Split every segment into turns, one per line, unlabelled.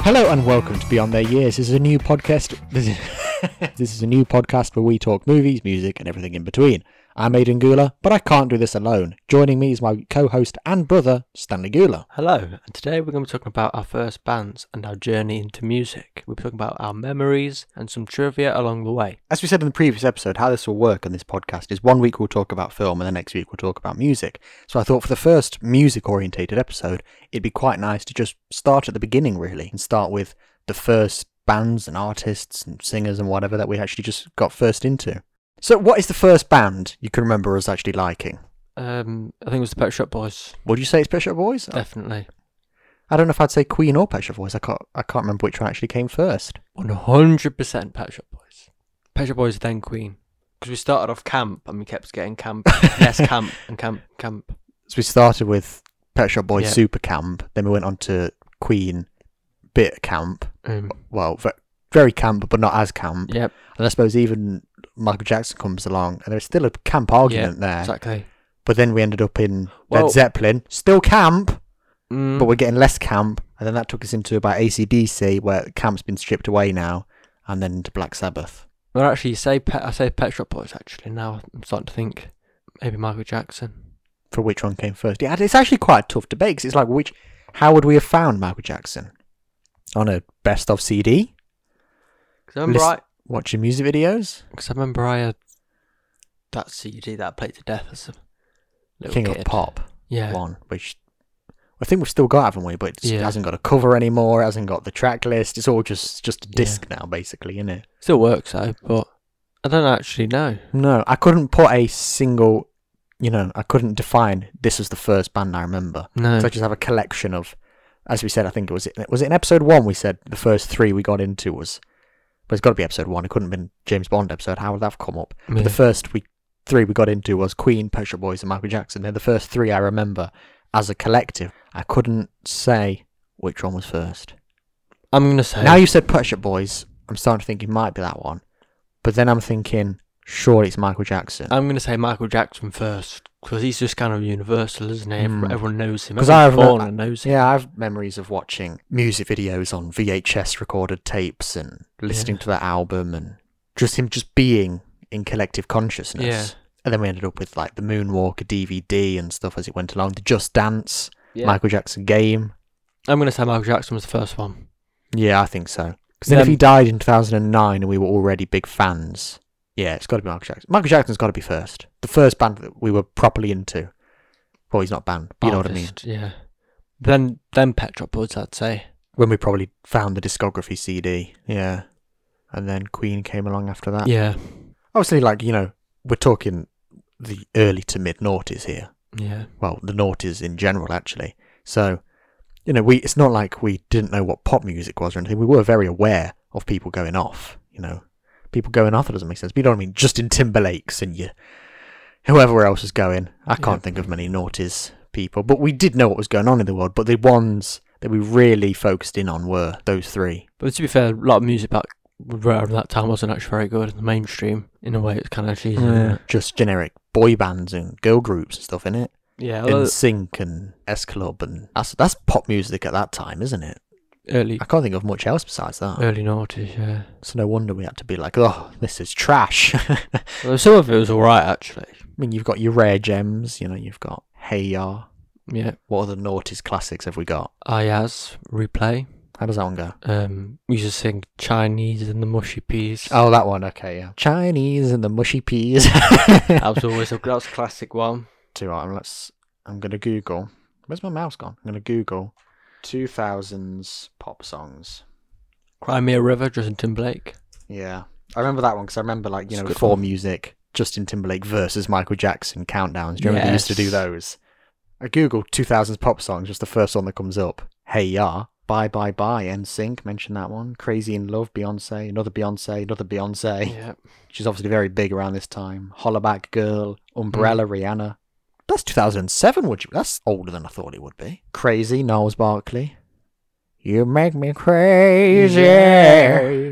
Hello and welcome to Beyond Their Years. This is a new podcast. This is, this is a new podcast where we talk movies, music, and everything in between. I'm Aidan Gula, but I can't do this alone. Joining me is my co-host and brother Stanley Gula.
Hello, and today we're going to be talking about our first bands and our journey into music. We'll be talking about our memories and some trivia along the way.
As we said in the previous episode, how this will work on this podcast is one week we'll talk about film and the next week we'll talk about music. So I thought for the first music orientated episode, it'd be quite nice to just start at the beginning really and start with the first bands and artists and singers and whatever that we actually just got first into. So what is the first band you can remember us actually liking?
Um, I think it was the Pet Shop Boys,
Would you say it's Pet Shop Boys? I-
definitely.
I don't know if I'd say Queen or Pet Shop Boys. I can't I can't remember which one actually came first.
100% Pet Shop Boys. Pet Shop Boys, then Queen. Because we started off camp and we kept getting camp, yes, camp, and camp, camp.
So we started with Pet Shop Boys
Yeah.
Super Camp, then we went on to Queen Bit Camp.
Um,
Well, ve- very camp, but not as camp.
yep,
And I suppose even Michael Jackson comes along, and there's still a camp argument there.
exactly.
But then we ended up in
Well-
Led Zeppelin, still camp,
Mm,
but we're getting less camp. And then that took us into about ACDC, where camp's been stripped away now, and then to Black Sabbath.
well, actually, you say pet, I say Pet Shop Boys, actually. Now I'm starting to think maybe Michael Jackson.
for which one came first. Yeah, it's actually quite a tough debate 'cause it's like which how would we have found Michael Jackson on a best of CD?
'Cause I remember
Listen-
I-
Watching music videos,
Because I remember I had that CD that I played to death as a little
King
kid.
of Pop
Yeah.
one, which I think we've still got, haven't we? But it's- it
Yeah.
hasn't got a cover anymore. It hasn't got the track list. It's all just just a disc now, basically, isn't it?
Still works though, but I don't actually know.
No, I couldn't put a single. You know, I couldn't define this was the first band I remember.
No.
So I just have a collection of, as we said, I think it was was it in episode one we said the first three we got into was, but it's got to be episode one. It couldn't have been James Bond episode. How would that have come up? But
Yeah.
the first we three we got into was Queen, Pet Shop Boys, and Michael Jackson. They're the first three I remember as a collective. I couldn't say which one was first.
I'm going to say.
Now you said Pet Shop Boys, I'm starting to think it might be that one, but then I'm thinking surely it's Michael Jackson.
I'm going to say Michael Jackson first. Because he's just kind of universal, isn't he? Every-
Mm.
Everyone knows him.
'Cause I
Everyone's
remember-
born and knows him.
Yeah, I have memories of watching music videos on VHS recorded tapes and listening to that album and just him just being in collective consciousness.
Yeah.
And then we ended up with like the Moonwalker DVD and stuff as it went along, the Just Dance,
Yeah.
Michael Jackson game.
I'm going to say Michael Jackson was the first one.
Yeah, I think so. Because
Then-
then if he died in 2009 and we were already big fans, yeah, it's got to be Michael Jackson. Michael Jackson's got to be first. The first band that we were properly into. Well, he's not banned, but you know what I mean?
Artist, Yeah. Then, then Pet Shop Boys, I'd say.
when we probably found the discography CD. Yeah. And then Queen came along after that.
yeah.
Obviously, like, you know, we're talking the early to mid noughties here.
Yeah.
Well, the noughties in general, actually. So, you know, we it's not like we didn't know what pop music was or anything. We were very aware of people going off, you know. People going off, it doesn't make sense. But you know what I mean? Justin Timberlake's and you, whoever else was going. I can't
Yeah.
think of many noughties people. But we did know what was going on in the world. But the ones that we really focused in on were those three.
But to be fair, a lot of music back around that time wasn't actually very good in the mainstream. In a way, it's kind of cheesy. isn't it?
Just generic boy bands and girl groups and stuff in it.
Yeah,
In
although
Sync and S Club and that's that's pop music at that time, isn't it?
early
I can't think of much else besides that.
early noughties, yeah.
So no wonder we had to be like, oh, this is trash. I
Although some of it was alright actually.
mean, you've got your rare gems, you know, you've got Hey Ya.
Yeah.
What other noughties classics have we got?
Ayaz, replay.
How does that one go?
Um we used to sing Chinese and the mushy peas.
Oh, that one. Okay, yeah. Chinese and the mushy peas.
that was always a that was a classic one.
Too right, let's. I'm gonna Google. Where's my mouse gone? I'm gonna Google 2000s pop songs.
Crimea River, Justin Timberlake.
Yeah, I remember that one because I remember like you
It's a
know
good
for
one.
music, Justin Timberlake versus Michael Jackson countdowns. Do you remember they used to do
Yes.
those? I googled 2000s pop songs, just the first one that comes up. Hey Ya, Bye Bye Bye, NSYNC, mentioned that one. Crazy in Love, Beyonce, another Beyonce, another Beyonce.
Yeah.
She's obviously very big around this time. Hollaback Girl,
Mm.
Umbrella, Rihanna. That's 2007, would you? That's older than I thought it would be. Crazy, Niles Barkley. You make me crazy.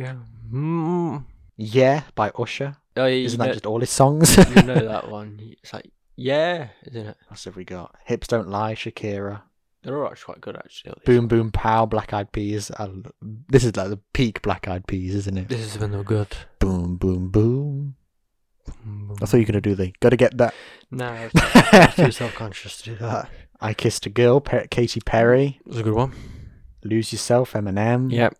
Mm.
Yeah, by Usher.
Oh, yeah, you,
Isn't
know,
that just all his songs?
you know that one. It's like yeah, isn't it?
What else have we got? Hips Don't Lie, Shakira.
They're all actually quite good, actually. all these.
Boom Boom Pow, Black Eyed Peas. and this is like the peak Black Eyed Peas, isn't it?
This is when they're good.
Boom Boom Boom. I thought you were going to do the, gotta get that.
No, I was I was too self conscious to do that.
I Kissed a Girl, Pe- Katy Perry,
It was a good one.
Lose Yourself, Eminem.
Yep.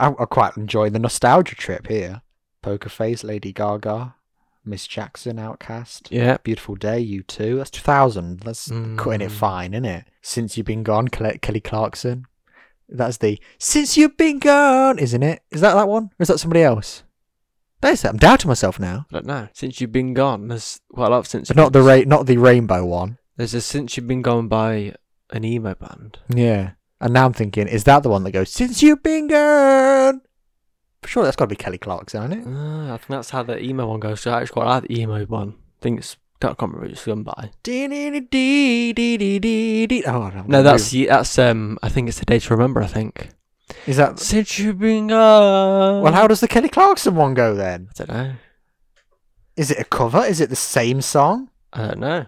I, I quite enjoy the nostalgia trip here. Poker Face, Lady Gaga, Miss Jackson, Outcast.
Yep.
Beautiful Day, you too. That's 2000. That's cutting it
Mm.
fine, isn't it? Since You've Been Gone, Kel- Kelly Clarkson. That's the Since You've Been Gone, isn't it? Is that that one? Or is that somebody else? That is that. I'm doubting myself now.
I don't know. Since you've been gone, there's quite a lot of since.
But not the
You've Been-
ra- not the rainbow one.
There's a since you've been gone by an emo band.
Yeah. And now I'm thinking, is that the one that goes Since You've Been Gone? For sure, that's got to be Kelly Clarkson, isn't it?
Ah, I think that's how the emo one goes. So I actually quite like the emo one. I think it's I can't remember who it's done by.
Dee-dee-dee-dee-dee-dee-dee. Oh, I don't
No,
know.
that's the- that's um. I think it's the day to remember. I think
is that.
since you've been gone.
Well, how does the Kelly Clarkson one go then?
I don't know.
Is it a cover? Is it the same song?
I don't know.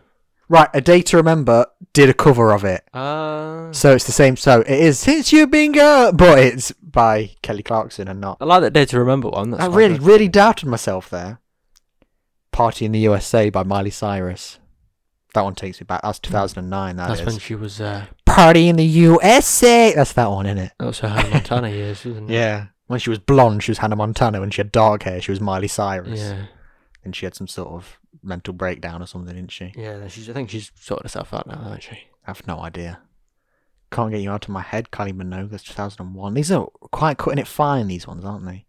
Right, A Day to Remember did a cover of it.
Uh,
So it's the same. So it is Since You've Been Gone, but it's by Kelly Clarkson and not.
I like that day to remember one. Oh, That's
I
quite
really,
good.
really doubted myself there. Party in the USA by Miley Cyrus. That one takes me back. That's 2009, that
That's
is.
when she was. Uh,
Party in the USA! That's that one, isn't it?
that was her Hannah Montana years, wasn't it?
Yeah. When she was blonde, she was Hannah Montana. When she had dark hair, she was Miley Cyrus.
Yeah.
And she had some sort of mental breakdown or something, didn't she?
Yeah. then She's. I think she's sorted herself out now, hasn't she?
I have no idea. Can't get you out of my head, Kylie Minogue. That's 2001. These are quite cutting it fine, these ones, aren't they?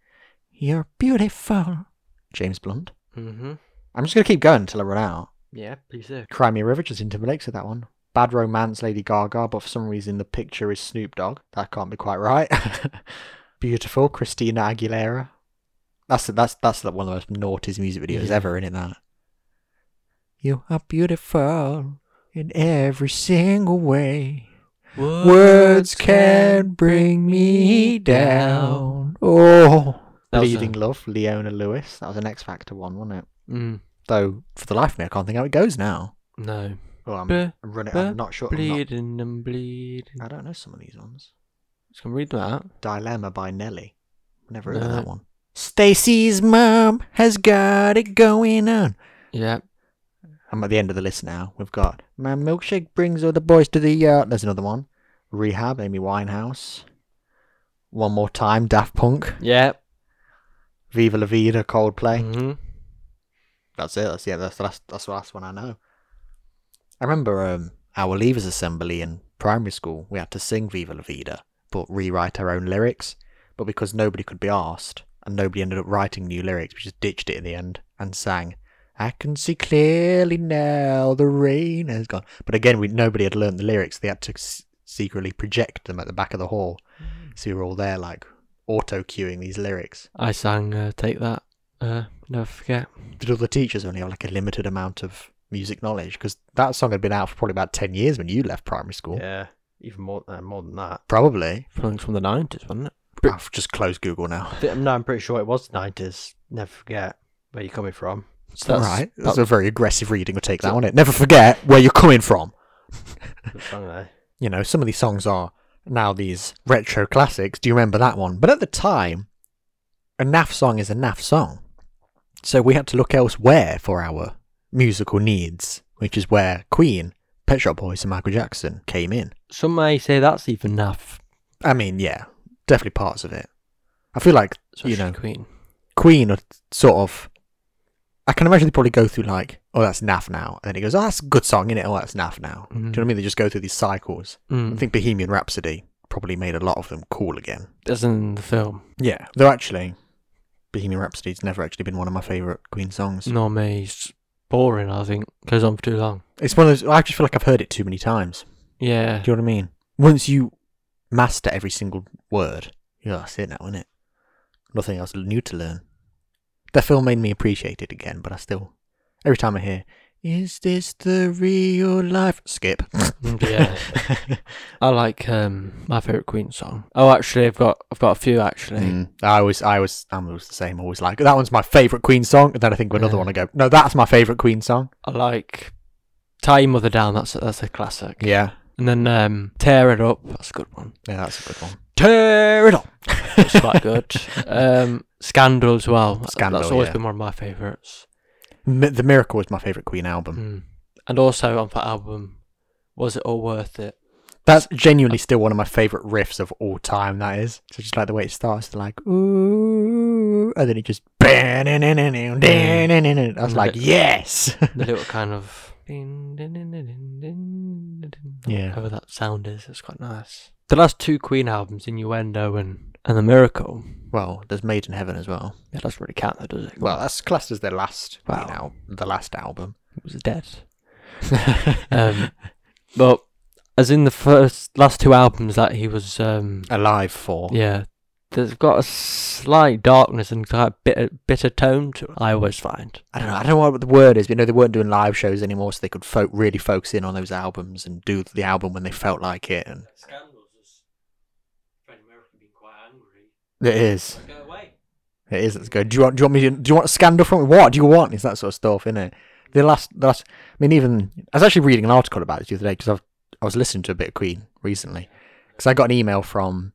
You're beautiful. James Blunt.
Mm-hmm.
I'm just going to keep going until I run out.
Yeah. Please do.
Cry Me a River, Justin Timberlake said that one. Bad Romance, Lady Gaga, but for some reason the picture is Snoop Dogg. That can't be quite right. Beautiful, Christina Aguilera. That's that's that's like one of the most naughtiest music videos
Yeah.
ever, isn't it? That. You are beautiful in every single way. Words can bring me down. Oh,
That was
Bleeding
a-
Love, Leona Lewis. That was an X Factor one, wasn't it?
Mm,
Though for the life of me, I can't think how it goes now.
no.
Oh, I'm,
Be-
I'm running.
be-
I'm not sure. I'm not,
Bleeding and bleeding.
I don't know some of these ones.
Just gonna read that.
Dilemma by Nelly. Never heard
No.
of that one. Stacy's mum has got it going on.
Yeah.
I'm at the end of the list now. We've got My Milkshake Brings All the Boys to the Yard. There's another one. Rehab, Amy Winehouse. One More Time, Daft Punk.
Yeah.
Viva La Vida, Coldplay.
hmm
That's it. That's yeah. That's that's that's the last one I know. I remember um, our leavers assembly in primary school. We had to sing "Viva la Vida," but rewrite our own lyrics. But because nobody could be asked, and nobody ended up writing new lyrics, we just ditched it in the end and sang. I can see clearly now the rain has gone. But again, we nobody had learned the lyrics. They had to s- secretly project them at the back of the hall. So we were all there, like auto cueing these lyrics.
I sang uh, Take That. Uh, never forget.
did other teachers only have like a limited amount of music knowledge? Because that song had been out for probably about 10 years when you left primary school.
Yeah. Even more, uh, more than that.
Probably.
Probably from the 90s, wasn't it? But-
I've just closed Google now.
no, I'm pretty sure it was the 90s. Never forget where you're coming from. So
That's,
that's
right. That's
That's
a very aggressive reading of Take That, wasn't it? Never forget where you're coming from.
the song there.
You know, some of these songs are now these retro classics. Do you remember that one? But at the time, a NAF song is a NAF song. So we had to look elsewhere for our musical needs, which is where Queen, Pet Shop Boys, and Michael Jackson came in.
Some may say that's even naff.
I mean, yeah, definitely parts of it. I feel like
Especially
you know
Queen.
Queen are sort of. I can imagine they probably go through like, oh, that's naff now, and then he goes, oh, that's a good song, innit? Oh, that's naff now. Do you know what I mean? They just go through these cycles. I
Mm.
think Bohemian Rhapsody probably made a lot of them cool again.
That's in the film.
Yeah, though actually, Bohemian Rhapsody's never actually been one of my favorite Queen songs.
No, me's boring, I think. Goes on for too long.
It's one of those. I just feel like I've heard it too many times.
Yeah.
Do you know what I mean? Once you master every single word, yeah, that's it now, isn't it? Nothing else new to learn. That film made me appreciate it again, but I still, every time I hear, "Is this the real life?" Skip.
yeah. I like um my favorite Queen song. Oh, actually, I've got I've got a few actually.
Mm, I was, I was, I'm always the same. Always like that one's my favorite Queen song, and then I think of another
Yeah.
one. I go, "No, that's my favorite Queen song."
I like "Tie Your Mother Down." That's a, that's a classic.
Yeah.
And then um, Tear It Up. That's a good one.
Yeah, that's a good one.
Tear It Up. That's quite good. Um, Scandal as well. That-
Scandal,
That's always
yeah.
been one of my favourites.
Mi- the Miracle was my favourite Queen album.
Mm. And also on that album, Was It All Worth It?
That's genuinely still one of my favourite riffs of all time, that is. So just like the way it starts, like, ooh, and then it just, I was like, yes!
The little kind of. Yeah.
Yeah.
However that sound is, it's quite nice. The last two Queen albums, Innuendo and, and The Miracle,
well, there's Made in Heaven as well.
yeah, doesn't really count, though, does it?
Well, that's classed as their last,
Wow.
wow. al- the last album.
it was dead. Um, but as in the first last two albums that he was, um,
Alive for.
yeah, there's got a slight darkness and kind of bitter, bitter tone to it. I always find.
I don't know. I don't know what the word is, but you know they weren't doing live shows anymore, so they could fo- really focus in on those albums and do the album when they felt like it. And
Scandals is Freddie Mercury being quite angry.
it is,
Go away.
it is. It's good. Do you want? Do you want me? To, do you want a scandal from me? What do you want? It's that sort of stuff, isn't it? The last, the last. I mean, even I was actually reading an article about this the other day because I've I was listening to a bit of Queen recently because I got an email from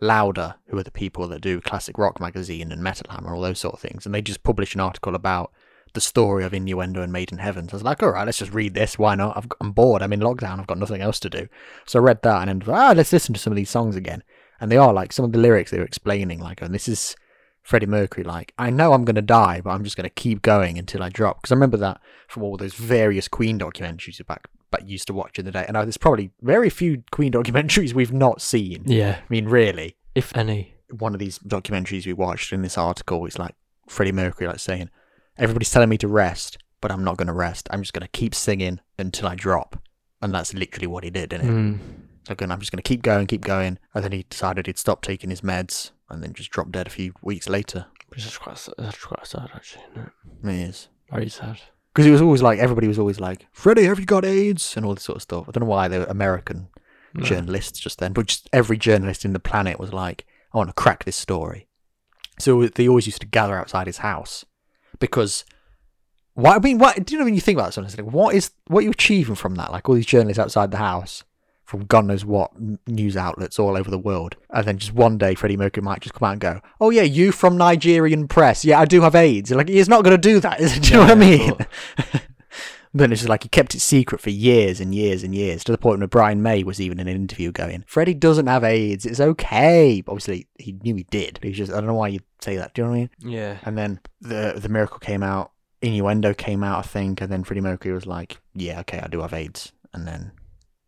Louder, who are the people that do classic rock magazine and Metal Hammer, all those sort of things, and they just published an article about the story of innuendo and Maiden Heaven. So I was like, all right, let's just read this. Why not? I've got, I'm bored. I'm in lockdown. I've got nothing else to do. So I read that and then ah, let's listen to some of these songs again. And they are like some of the lyrics they were explaining, like, and this is Freddie Mercury, like, I know I'm going to die, but I'm just going to keep going until I drop. Because I remember that from all those various Queen documentaries you back, back used to watch in the day. And I, there's probably very few Queen documentaries we've not seen.
Yeah,
I mean, really
if any.
one of these documentaries we watched in this article it's like freddie mercury like saying everybody's telling me to rest but i'm not going to rest i'm just going to keep singing until i drop and that's literally what he did innit?
Mm.
so again i'm just going to keep going keep going and then he decided he'd stop taking his meds and then just dropped dead a few weeks later
Which is quite, s- that's quite sad, actually. Isn't it?
because
Very sad.
it was always like everybody was always like freddie have you got aids and all this sort of stuff i don't know why they were american journalists just then, but just every journalist in the planet was like, I want to crack this story. So they always used to gather outside his house because. Why, I mean, why, do you know when you think about something? it's Like, what is what are you achieving from that? Like all these journalists outside the house from God knows what n- news outlets all over the world, and then just one day Freddie Mercury might just come out and go, "Oh yeah, you from Nigerian press? Yeah, I do have AIDS." You're like he's not going to do that, is it? Do you know what I
Yeah, yeah,
mean?
of
Then it's just like he kept it secret for years and years and years to the point where Brian May was even in an interview going, Freddie doesn't have AIDS, it's okay. But obviously, he knew he did. He was just, I don't know why you'd say that, do you know what I mean?
Yeah.
And then the, the miracle came out, innuendo came out, I think, and then Freddie Mercury was like, yeah, okay, I do have AIDS. And then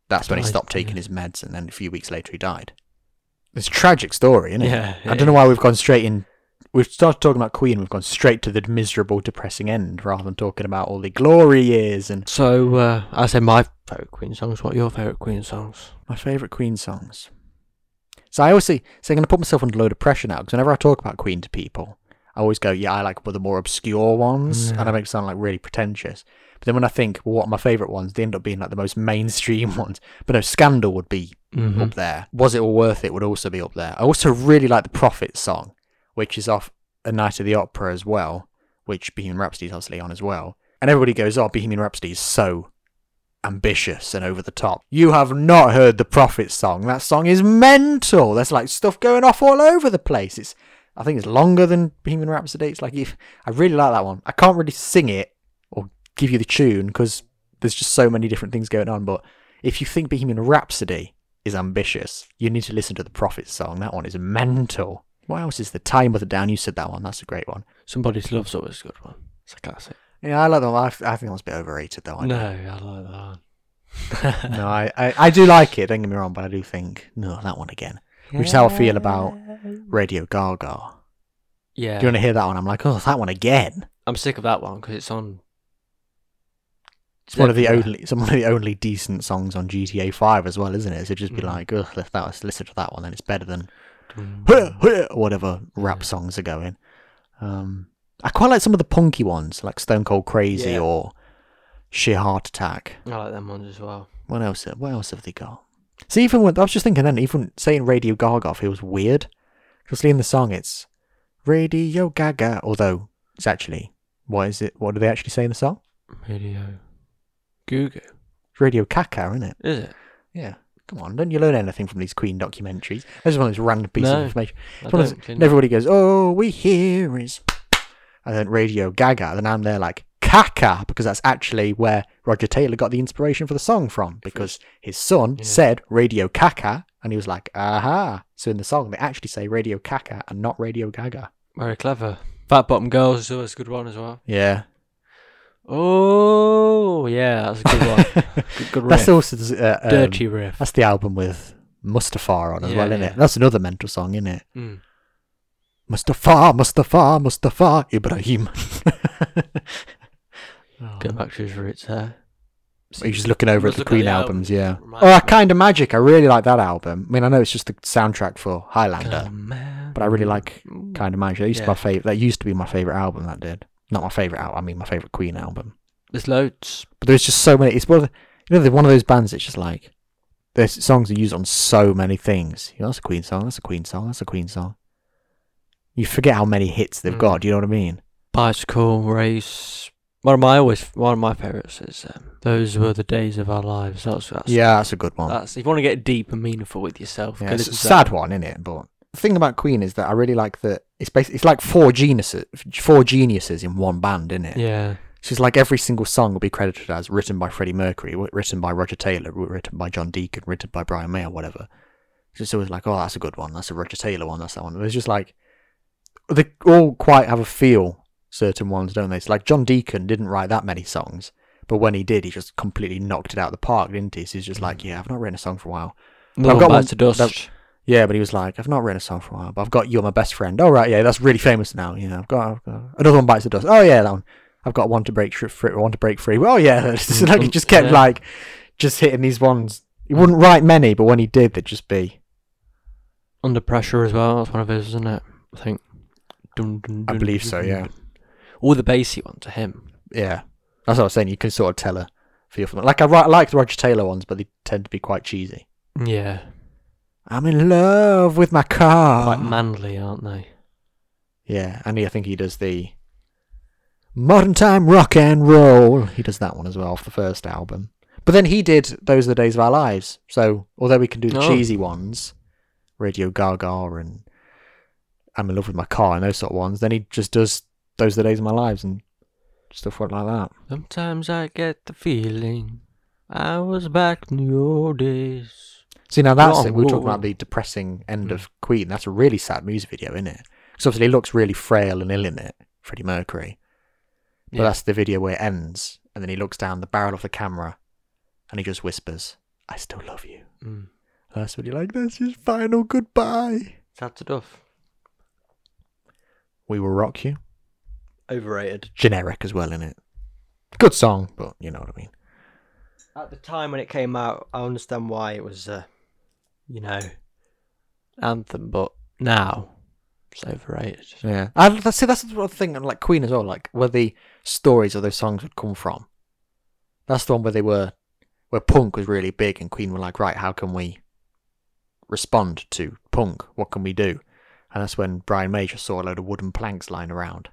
that's when he
Died,
stopped taking
yeah.
his meds, and then a few weeks later, he died. It's a tragic story, isn't it?
Yeah,
I
it
don't know why we've gone straight in. We've started talking about Queen. We've gone straight to the miserable, depressing end, rather than talking about all the glory years and
So, uh, I say my favourite Queen songs. What are your favourite Queen songs?
my favourite Queen songs. So I always say, so I'm going to put myself under a load of pressure now because whenever I talk about Queen to people, I always go, yeah, I like the more obscure ones, and
Yeah.
I make it sound like really pretentious. But then when I think, well, what are my favourite ones? They end up being like the most mainstream ones. But no, Scandal would be
Mm-hmm.
up there. Was It All Worth It would also be up there. I also really like the Prophet song, which is off A Night of the Opera as well, which Bohemian Rhapsody is obviously on as well. And everybody goes, oh, Bohemian Rhapsody is so ambitious and over the top. You have not heard the Prophet song. That song is mental. There's like stuff going off all over the place. It's, I think it's longer than Bohemian Rhapsody. It's like, if, I really like that one. I can't really sing it or give you the tune because there's just so many different things going on. But if you think Bohemian Rhapsody is ambitious, you need to listen to the Prophet song. That one is mental. What else is the Time of the Down? You said that one. That's a great one.
Somebody's Love's always a good one. It's a classic.
Yeah, I like that one. I, I think that one's a bit overrated though. I
no, I like that one.
no, I, I, I do like it. Don't get me wrong, but I do think no, that one again. Which is how I feel about Radio Gaga.
Yeah.
Do you want to hear that one? I'm like, oh, that one again.
I'm sick of that one because it's on.
It's one of the
Yeah.
only, it's one of the only decent songs on GTA Five as well, isn't it? So just be
Mm.
like, ugh, if that was listen to that one, then it's better than "Huh,
Mm.
huh," whatever rap
Yeah.
songs are going. Um, I quite like some of the punky ones, like Stone Cold Crazy
Yeah.
or Sheer Heart Attack.
I like them ones as well.
What else? What else have they got? See, even when I was just thinking then, even saying Radio Gaga feels weird because in the song it's Radio Gaga, although it's actually what is it? What do they actually say in the song?
Radio. Goo Goo.
It's Radio Caca, isn't it?
Is it?
Yeah. Come on, don't you learn anything from these Queen documentaries? That's just one of those random pieces
No,
of information.
I
It's one of
don't,
those-
you
and
know.
everybody goes, oh, we hear is. And then Radio Gaga, then I'm there like, Kaka, because that's actually where Roger Taylor got the inspiration for the song from, because his son
Yeah.
said Radio Kaka, and he was like, aha. So in the song, they actually say Radio Kaka and not Radio Gaga.
Very clever. Fat Bottom Girls is always a good one as well.
Yeah.
Oh, yeah, that's a good one. good, good
That's
riff.
also uh, um,
Dirty riff.
That's the album with Mustafar on as
Yeah,
well, isn't
yeah.
it? That's another mental song, isn't it?
Mm.
Mustafa, Mustafa, Mustafa, Ibrahim. oh,
Going back to his roots there.
He's just looking over at
Must
the
look
Queen
the
albums, yeah.
Reminds
Oh,
me
I
of-
kind of magic. I really like that album. I mean, I know it's just the soundtrack for Highlander,
Kinda
but I really like
man.
kind of magic. That used to be
Yeah.
my favorite. That used to be my favorite album. That did not my favorite album. I mean, my favorite Queen album.
There's loads.
But there's just so many. It's one of the, you know, they're one of those bands. It's just like there's songs are used on so many things. You know, that's a Queen song. That's a Queen song. That's a Queen song. You forget how many hits they've
Mm.
got. Do you know what I mean?
Bicycle race. One of my always one of my favourites is um, "Those Were the Days of Our Lives." That's, that's
yeah, that's a good one.
That's if you want to get deep and meaningful with yourself.
Yeah,
go
it's a
listen to that
sad one, isn't it? But the thing about Queen is that I really like that it's basically it's like four geniuses, four geniuses in one band, isn't it?
one. Yeah,
She's like every single song will be credited as written by Freddie Mercury, w- written by Roger Taylor, w- written by John Deacon, written by Brian May or whatever. It's just always like, oh, that's a good one. That's a Roger Taylor one. That's that one. It's just like they all quite have a feel. Certain ones, don't they? It's like John Deacon didn't write that many songs, but when he did, he just completely knocked it out of the park, didn't he? So he's just like, yeah, I've not written a song for a while.
no
I've got
one
one
bites the dust.
that- Yeah, but he was like, I've not written a song for a while, but I've got You're My Best Friend. Oh, right, yeah, that's really famous now. You know, I've got, I've got- another one bites the dust. Oh, yeah, that one. I've got one to break Fr- free. One to break free. Oh, yeah. It's just like he just kept
Yeah.
like just hitting these ones. He wouldn't write many, but when he did, they'd just be.
Under pressure as well. That's one of his, isn't it? I think. Dun, dun,
I
dun,
believe
dun,
so.
dun,
Yeah,
dun. All the bassy ones to him.
yeah. That's what I was saying. You can sort of tell a feel from it. Like I ri- like the Roger Taylor ones, but they tend to be quite cheesy.
Yeah,
I'm in love with my car.
quite manly, aren't they?
Yeah, and he, I think he does the modern time rock and roll. He does that one as well off the first album. But then he did Those Are the Days of Our Lives. So although we can do the
Oh.
cheesy ones, Radio Gaga and I'm in love with my car and those sort of ones, then he just does Those Are the Days of My Lives and stuff like that.
Sometimes I get the feeling I was back in your days.
See, now that's
Wrong,
it. We were talking
Oh, whoa.
about the depressing end
Mm.
of Queen. That's a really sad music video, isn't it? Because obviously he looks really frail and ill in it, Freddie Mercury. But
Yeah.
that's the video where it ends, and then he looks down the barrel of the camera, and he just whispers, "I still love you."
Mm.
And That's when you're like, "That's his final goodbye."
Sad stuff.
We will rock you.
Overrated.
Generic as well in it. Good song, but you know what I mean.
At the time when it came out, I understand why it was, uh, you know, anthem. But now, it's overrated.
Yeah. I that's, see. That's the sort of thing. And like Queen as well. Like where the stories of those songs would come from. That's the one where they were, where punk was really big, and Queen were like, right, how can we respond to punk? What can we do? And that's when Brian May just saw a load of wooden planks lying around.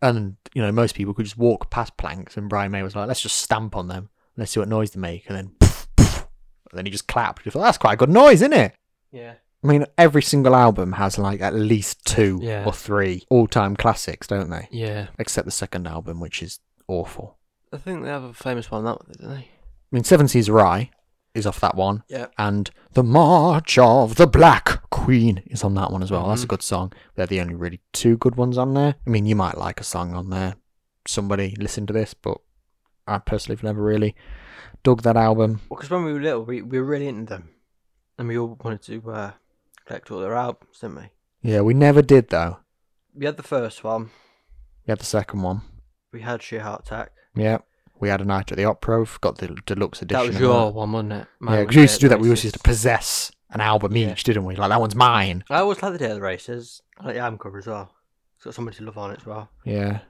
And you know, most people could just walk past planks, and Brian May was like, let's just stamp on them. Let's see what noise they make, and then, poof, poof. and then he just clapped. He thought, that's quite a good noise, isn't it?
Yeah.
I mean, every single album has like at least two
Yeah.
or three all-time classics, don't they?
Yeah.
Except the second album, which is awful.
I think they have a famous one that one, don't they?
I mean, Seven Seas Rye is off that one,
Yeah.
and The March of the Black Queen is on that one as well. That's a
Mhm.
good song. They're the only really two good ones on there. I mean, you might like a song on there. Somebody listen to this, but I personally have never really dug that album.
Well, because when we were little, we, we were really into them, and we all wanted to uh, collect all their albums, didn't we?
Yeah, we never did though.
We had the first one.
We had the second one.
We had Sheer Heart Attack.
Yeah, we had a night at the opera. We've got the deluxe edition.
that was
of
your one, wasn't it? Mine
Yeah, 'cause
was
we used to
Day
do
at the
that. We always used
Races.
to possess an album
Yeah.
each, didn't we? Like that one's mine.
I always like the Day of the Races. I like the album cover as well. It's got somebody to love on it as well.
Yeah.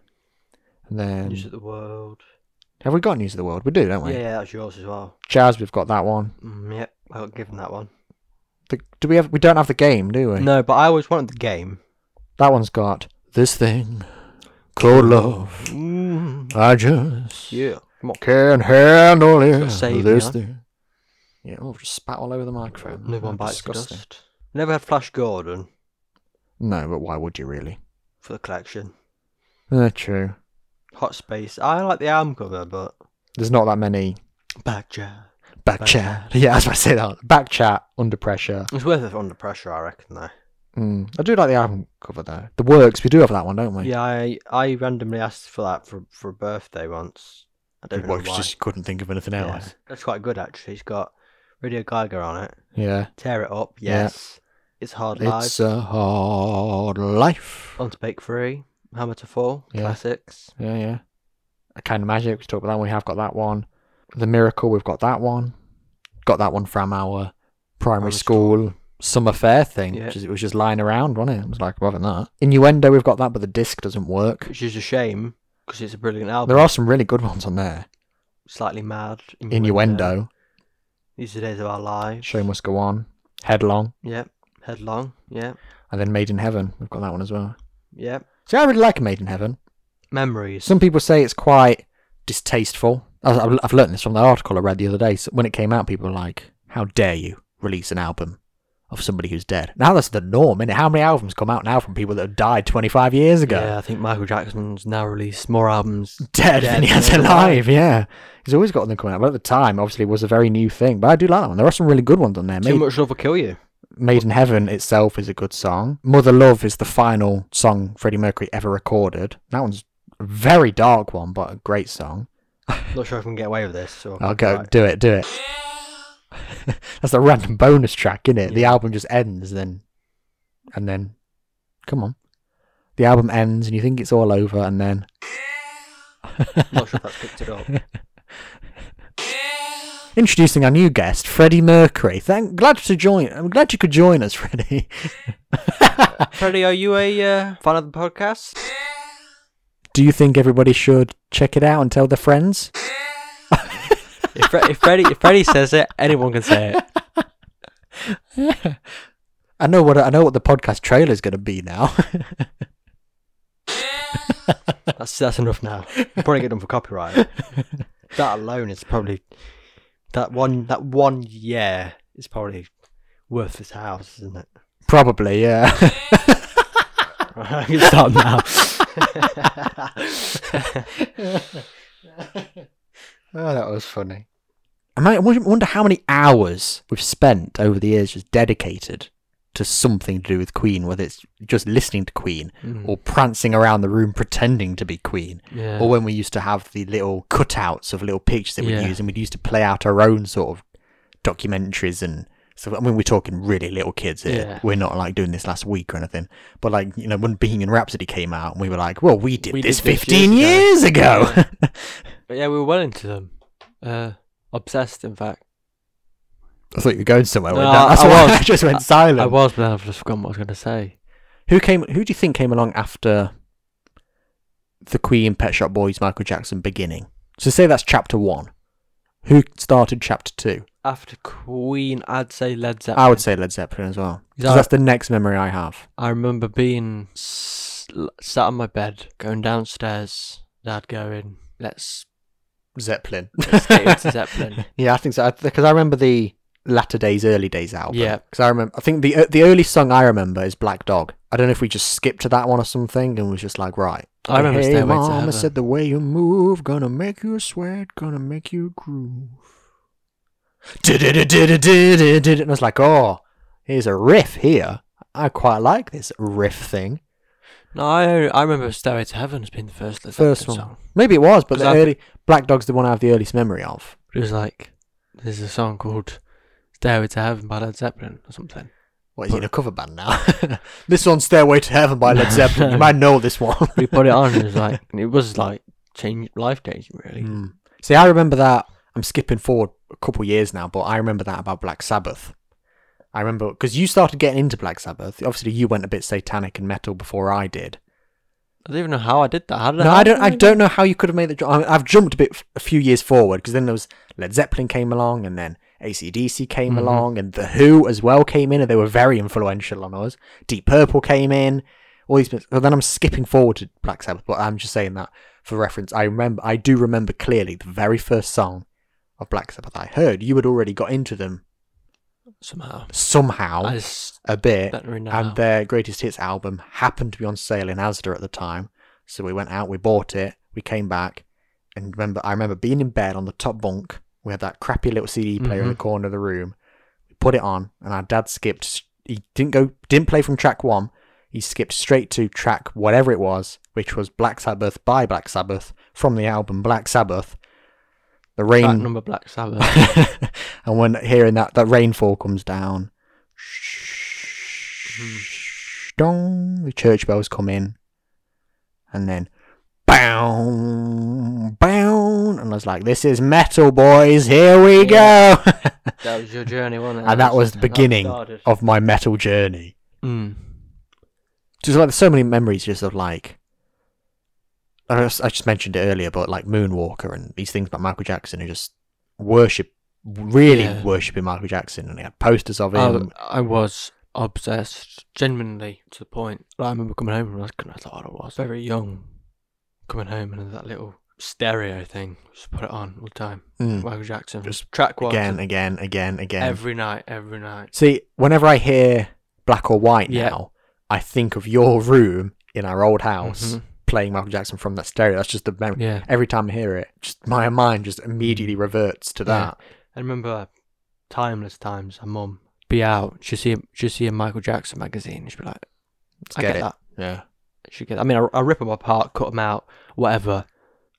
And
News
then
of the World.
have we got News of the World? We do, don't
Yeah,
we?
yeah, that's yours as well.
Jazz, we've got that one.
Mm, yep, I got given that one.
The, do we have? We don't have the game, do we?
No, but I always wanted the game.
That one's got this thing called love.
Mm.
I just
Yeah. Come on.
can't handle it.
Gotta save
this
now.
thing. Yeah, oh, just spat all over the microphone.
No one
How
bites the
Mm, disgusting.
dust. Never had Flash Gordon
No, but why would you really?
for the collection.
Uh, true.
Hot Space. I like the album cover, but
There's not that many
Back Jack.
back,
Back
chat. Yeah, I was about to say that. Back chat under pressure.
It's worth it under pressure, I reckon, though.
Mm. I do like the album cover though. The works we do have that one, don't we?
Yeah, I, I randomly asked for that for, for a birthday once. I don't
Well,
know why.
just couldn't think of anything
Yeah.
else.
That's quite good, actually. It's got Radio Geiger on it.
Yeah.
Tear it up,
Yeah.
yes. It's Hard Live.
It's uh, a hard life.
On to Bake Free. Hammer to Fall.
Yeah.
Classics.
Yeah, yeah. A kind of magic. We talked about that. one. We have got that one. The miracle. We've got that one. Got that one from our primary
Primary
school, summer fair thing.
Yeah.
Which is, it was just lying around, wasn't it? It was like rather than that. Innuendo. We've got that, but the disc doesn't work.
Which is a shame because it's a brilliant album.
There are some really good ones on there.
Slightly Mad.
Innuendo.
These are the days of our lives.
Show must go on. Headlong,
Yep. Headlong. Yep.
and then Made in Heaven. We've got that one as well.
Yep.
See, I really like Made in Heaven.
Memories.
Some people say it's quite distasteful. I- I've, I've learned this from that article I read the other day. So when it came out, people were like, "How dare you release an album of somebody who's dead?" Now that's the norm, innit? How many albums come out now from people that have died 25 years ago?
Yeah, I think Michael Jackson's now released more albums.
Dead
Dead
than he has
than
alive. Yeah, he's always got them coming out. But at the time, obviously, it was a very new thing. But I do like that one. There are some really good ones on there.
Too
Made-
much love will kill you.
Made in Heaven itself is a good song. Mother Love is the final song Freddie Mercury ever recorded. That one's a very dark one, but a great song.
Not sure if I can get away with this. So
I'll go, do it, do it. That's the random bonus track, innit? it? The album just ends, then, and then, come on. The album ends, and you think it's all over, and then.
Not sure if that's picked it up.
Introducing our new guest, Freddie Mercury. Thank, glad to join. I'm glad you could join us, Freddie.
Freddie, are you a uh, fan of the podcast?
Do you think everybody should check it out and tell their friends?
if, Fre- if Freddie if Freddie says it, anyone can say it.
I know what I know what the podcast trailer is going to be now.
That's that's enough now. We'll probably get done for copyright. That alone is probably that one that one year is probably worth this house, isn't it?
Probably, yeah.
I can start now.
oh, that was funny. I might I wonder how many hours we've spent over the years just dedicated to something to do with Queen, whether it's just listening to Queen or prancing around the room pretending to be Queen.
Mm. yeah.
Or when we used to have the little cutouts of little pictures that we'd
Yeah.
use, and we'd used to play out our own sort of documentaries and stuff. I mean, we're talking really little kids here.
Yeah.
We're not like doing this last week or anything. But like, you know, when Bohemian Rhapsody came out, and we were like, well, we did
We
this
did this
15 years
years
ago.
But yeah, we were well into them. Uh, obsessed, in fact.
I thought you were going somewhere. with
No,
that.
I-
That's
I
why
was.
I just went silent.
I was, but then I've just forgotten what I was going to say.
Who came? Who do you think came along after the Queen, Pet Shop Boys, Michael Jackson beginning? So say that's chapter one. Who started chapter two?
After Queen, I'd say Led Zeppelin.
I would say Led Zeppelin as well. 'Cause
Yeah.
that's the next memory I have.
I remember being s- l- sat on my bed, going downstairs, dad going, let's
Zeppelin.
get into Zeppelin.
yeah, I think so. Because I, remember the latter days, early days album.
Yeah.
Because I remember, I think the uh, the early song I remember is Black Dog. I don't know if we just skipped to that one or something and was just like, right.
I remember
hey,
Stairway to
Mama
Heaven.
said the way you move, gonna make you sweat, gonna make you groove. Did-did-did-did-did-did-did. And I was like, oh, here's a riff here. I quite like this riff thing.
No, I, I remember Stairway to Heaven as being the first Led
First one.
Zeppelin song.
Maybe it was, but the
'Cause I-
early Black Dog's the one I have the earliest memory of.
It was like, there's a song called Stairway to Heaven by Led Zeppelin or something.
What is it in a cover band now? this one's Stairway to Heaven by Led Zeppelin. You might know this one.
We put it on and it was like, it was like change, life changing, really.
Mm. See, I remember that. I'm skipping forward a couple years now, but I remember that about Black Sabbath. I remember because you started getting into Black Sabbath. Obviously, you went a bit satanic and metal before I did.
I don't even know how I did that. How did
No,
how
I don't.
did
I don't know how you could have made the. ju- I- I've jumped a bit, f- a few years forward because then there was Led Zeppelin came along, and then ACDC came
Mhm.
along, and the Who as well came in, and they were very influential on us. Deep Purple came in. All these. bits- Well, then I'm skipping forward to Black Sabbath, but I'm just saying that for reference. I remember. I do remember clearly the very first song of Black Sabbath I heard, you had already got into them
somehow.
somehow
I just
a bit.
don't really know. how.
And their greatest hits album happened to be on sale in Asda at the time. So we went out, we bought it, we came back, and remember I remember being in bed on the top bunk. We had that crappy little CD player in the corner of the room. We put it on, and our dad skipped. He didn't go, didn't play from track one. He skipped straight to track whatever it was, which was Black Sabbath by Black Sabbath from the album Black Sabbath. The rain
Track number Black Sabbath.
and when hearing that that rainfall comes down, dong, the church bells come in, and then bow, bow, and I was like, "This is metal, boys! Here we go!"
that was your journey, wasn't it?
and that was the
how it
beginning
started.
of my metal journey.
Mm.
Just like there's so many memories, just of like. I just, I just mentioned it earlier, but like Moonwalker and these things about Michael Jackson, who just worship, really
Yeah. Oh,
worshiping Michael Jackson, and they had posters of him. mm,
I, I was obsessed, genuinely to the point. Like, I remember coming home and I was, I thought "Oh, I was very young, coming home and that little stereo thing, just put it on all the time.
Mm.
Michael Jackson,
Just
track one
again, again, again, again.
every night, every night.
See, whenever I hear black or white
Yeah.
now, I think of your room in our old house
Mhm.
playing Michael Jackson from that stereo. That's just the memory.
Yeah,
Every time I hear it, just my mind just immediately reverts to
Yeah.
that.
I remember uh, timeless times. My mum be out, she see, she see a Michael Jackson magazine, she'd be like,
Let's
I
get
get,
it.
that.
Yeah.
She get. I mean, I, I rip them apart, cut them out, whatever.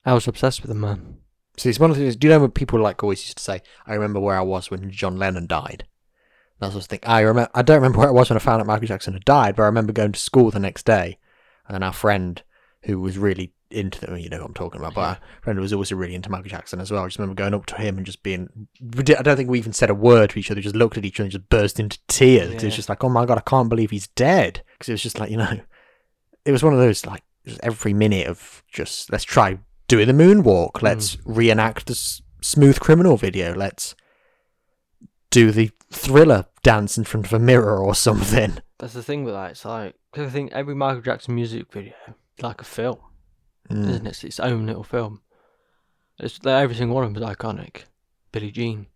I was obsessed with them, man.
See, it's one of the things. Do you know when people like always used to say, "I remember where I was when John Lennon died." That's what I was thinking. I remember. I don't remember where I was when I found out Michael Jackson had died, but I remember going to school the next day, and then our friend who was really into them, you know what I'm talking about, but
Yeah.
our friend who was also really into Michael Jackson as well. I just remember going up to him and just being. we di- I don't think we even said a word to each other. Just looked at each other and just burst into tears. 'cause It was
Yeah.
just like, oh my god, I can't believe he's dead. Because it was just like you know, it was one of those like just every minute of just let's try doing the moonwalk. Let's
Hmm.
reenact the s- smooth criminal video. Let's do the thriller dance in front of a mirror or something.
That's the thing with that. It's like 'cause I think every Michael Jackson music video is like a film,
Mm.
isn't it? It's its own little film. It's like every single one of them is iconic. Billie Jean,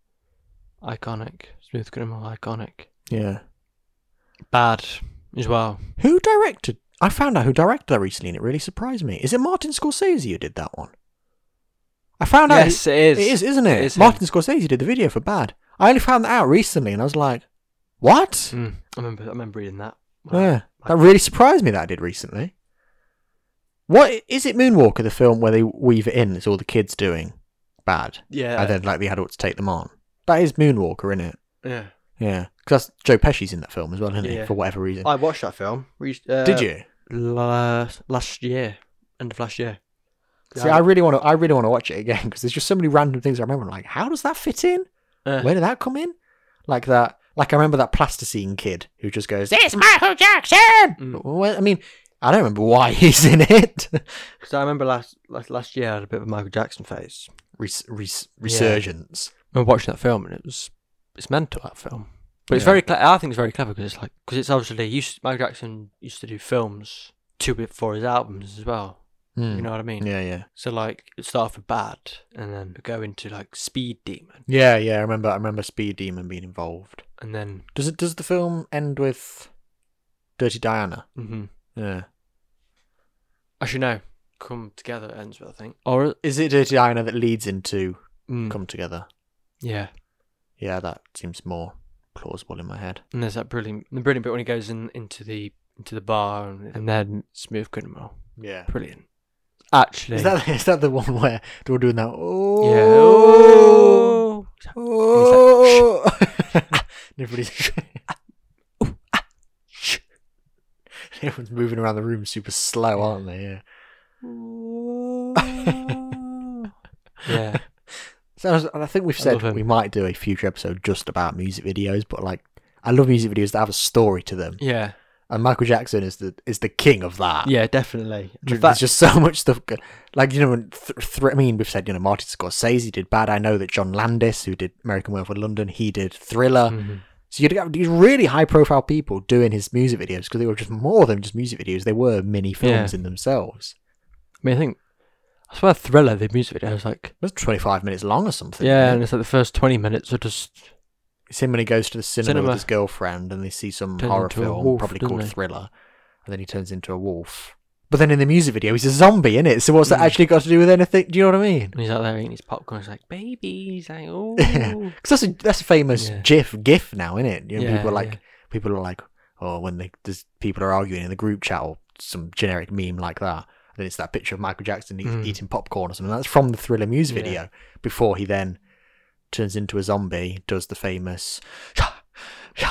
iconic. Smooth Criminal, iconic.
Yeah.
Bad as well.
Who directed? I found out who directed that recently, and it really surprised me. Is it Martin Scorsese who did that one? I found out.
yes, it is.
It is, isn't it?
It is him.
Martin Scorsese did the video for Bad. I only found that out recently, and I was like, "What?
Mm, I remember. I remember reading that.
Yeah, that really surprised me that I did recently. What is it? Moonwalker, the film where they weave it in. It's all the kids doing bad,
Yeah.
and then like the adults take them on. That is Moonwalker, isn't it?
yeah.
Yeah, because Joe Pesci's in that film as well, isn't he?
Yeah.
For whatever reason.
I watched that film. We- uh,
did you?
Last last year, end of last year.
See, I really want to. I really want to watch it again because there's just so many random things I remember. I'm like, how does that fit in?
Uh.
Where did that come in? Like that. Like I remember that plasticine kid who just goes, "It's Michael Jackson."
Mm.
Well, I mean, I don't remember why he's in it.
Because I remember last, last last year I had a bit of a Michael Jackson phase.
Res- res- resurgence.
I remember watching that film and it was it's mental that film, but it's
Yeah.
very cle- I think it's very clever because it's like because it's obviously he used Michael Jackson used to do films to before his albums as well. You
Hmm.
know what I mean?
Yeah, yeah,
So like it started with Bad and then go into like Speed Demon
yeah, yeah. I remember. I remember Speed Demon being involved.
and then
Does it? Does the film end with Dirty Diana?
mm-hmm.
Yeah.
actually no, Come Together ends with I think or
Is it Dirty Diana that leads into
mm,
uh, Come Together?
yeah.
Yeah, that seems more plausible in my head.
And there's that brilliant the brilliant bit when he goes in into the into the bar and, and then Smooth Criminal.
Yeah.
Brilliant. Actually,
Is that is that the one where they're all doing that?
Yeah.
Oh, oh. Everybody's everyone's moving around the room super slow, aren't they? Yeah.
yeah.
So I was- I think we've
I
said
love him.
we might do a future episode just about music videos, but like I love music videos that have a story to them,
Yeah.
and Michael Jackson is the is the king of that.
Yeah, definitely. The
There's
fact-
just so much stuff. go- Like, you know, when th- th- I mean, we've said, you know, Martin Scorsese did bad. I know that John Landis, who did American Werewolf in London, he did Thriller.
Mhm.
So you'd have these really high profile people doing his music videos because they were just more than just music videos. They were mini films in themselves.
I mean, I think I swear, Thriller, the music video is like
It was 25 minutes long or something.
yeah,
wasn't
and it's like the first twenty minutes are just
it? It's him when he goes to the cinema,
Cinema.
with his girlfriend and they see some
Turns
horror
into a
film,
wolf,
probably
doesn't
called
he?
Thriller, and then he turns into a wolf. But then in the music video, he's a zombie, in it. So what's that
Mm.
actually got to do with anything? Do you know what I mean?
and he's out there eating his popcorn. He's like, baby, he's like, oh,
Because that's a, that's a famous
Yeah.
GIF GIF now, isn't it? You know,
Yeah,
people are like
yeah.
people are like, oh, when they there's people are arguing in the group chat or some generic meme like that. And then it's that picture of Michael Jackson eat,
Mm.
eating popcorn or something. That's from the Thriller music
Yeah.
video before he then turns into a zombie, does the famous.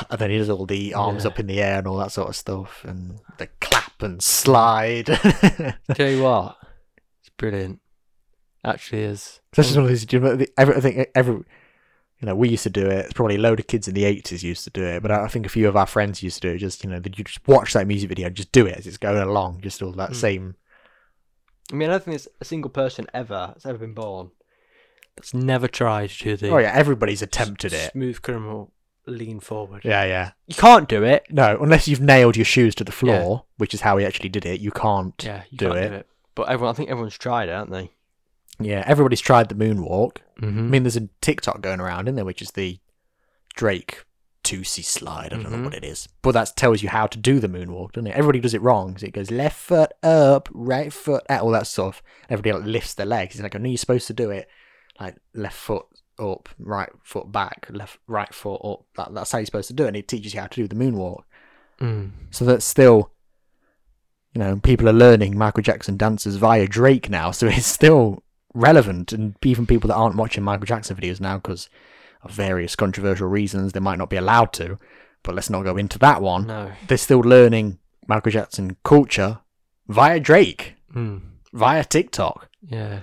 And then he does all the arms
Yeah.
up in the air and all that sort of stuff, and the clap and slide.
tell you what, it's brilliant. Actually, is Um,
That's just one of those. Do you remember the, every, I think every, you know, we used to do it. It's probably a load of kids in the eighties used to do it, but I I think a few of our friends used to do it. Just you know, that you just watch that music video, and just do it as it's going along, just all that
Mm.
same.
I mean, I don't think there's a single person ever that's ever been born that's never tried to do the
Oh yeah, everybody's attempted
s-
it.
Smooth criminal lean forward.
Yeah, yeah.
You can't do it.
No, unless you've nailed your shoes to the floor, which is how he actually did it. You can't. Yeah.
Yeah, you
Do
can't
it.
do it. But everyone, I think everyone's tried it, haven't they?
everybody's tried the moonwalk. I
Mm-hmm.
mean, there's a TikTok going around, isn't there, which is the Drake. 2C slide, I don't know
Mhm.
what it is, but that tells you how to do the moonwalk, doesn't it? Everybody does it wrong 'cause it goes left foot up, right foot out, all that stuff. Everybody like lifts their legs. It's like, I know you're supposed to do it like left foot up, right foot back, left, right foot up. That, that's how you're supposed to do it, and it teaches you how to do the moonwalk.
Mm.
So that's still, you know, people are learning Michael Jackson dances via Drake now. So it's still relevant. And even people that aren't watching Michael Jackson videos now because of various controversial reasons, they might not be allowed to. But let's not go into that one.
Mm. No.
They're still learning Michael Jackson culture via Drake,
Mm.
via TikTok.
Yeah.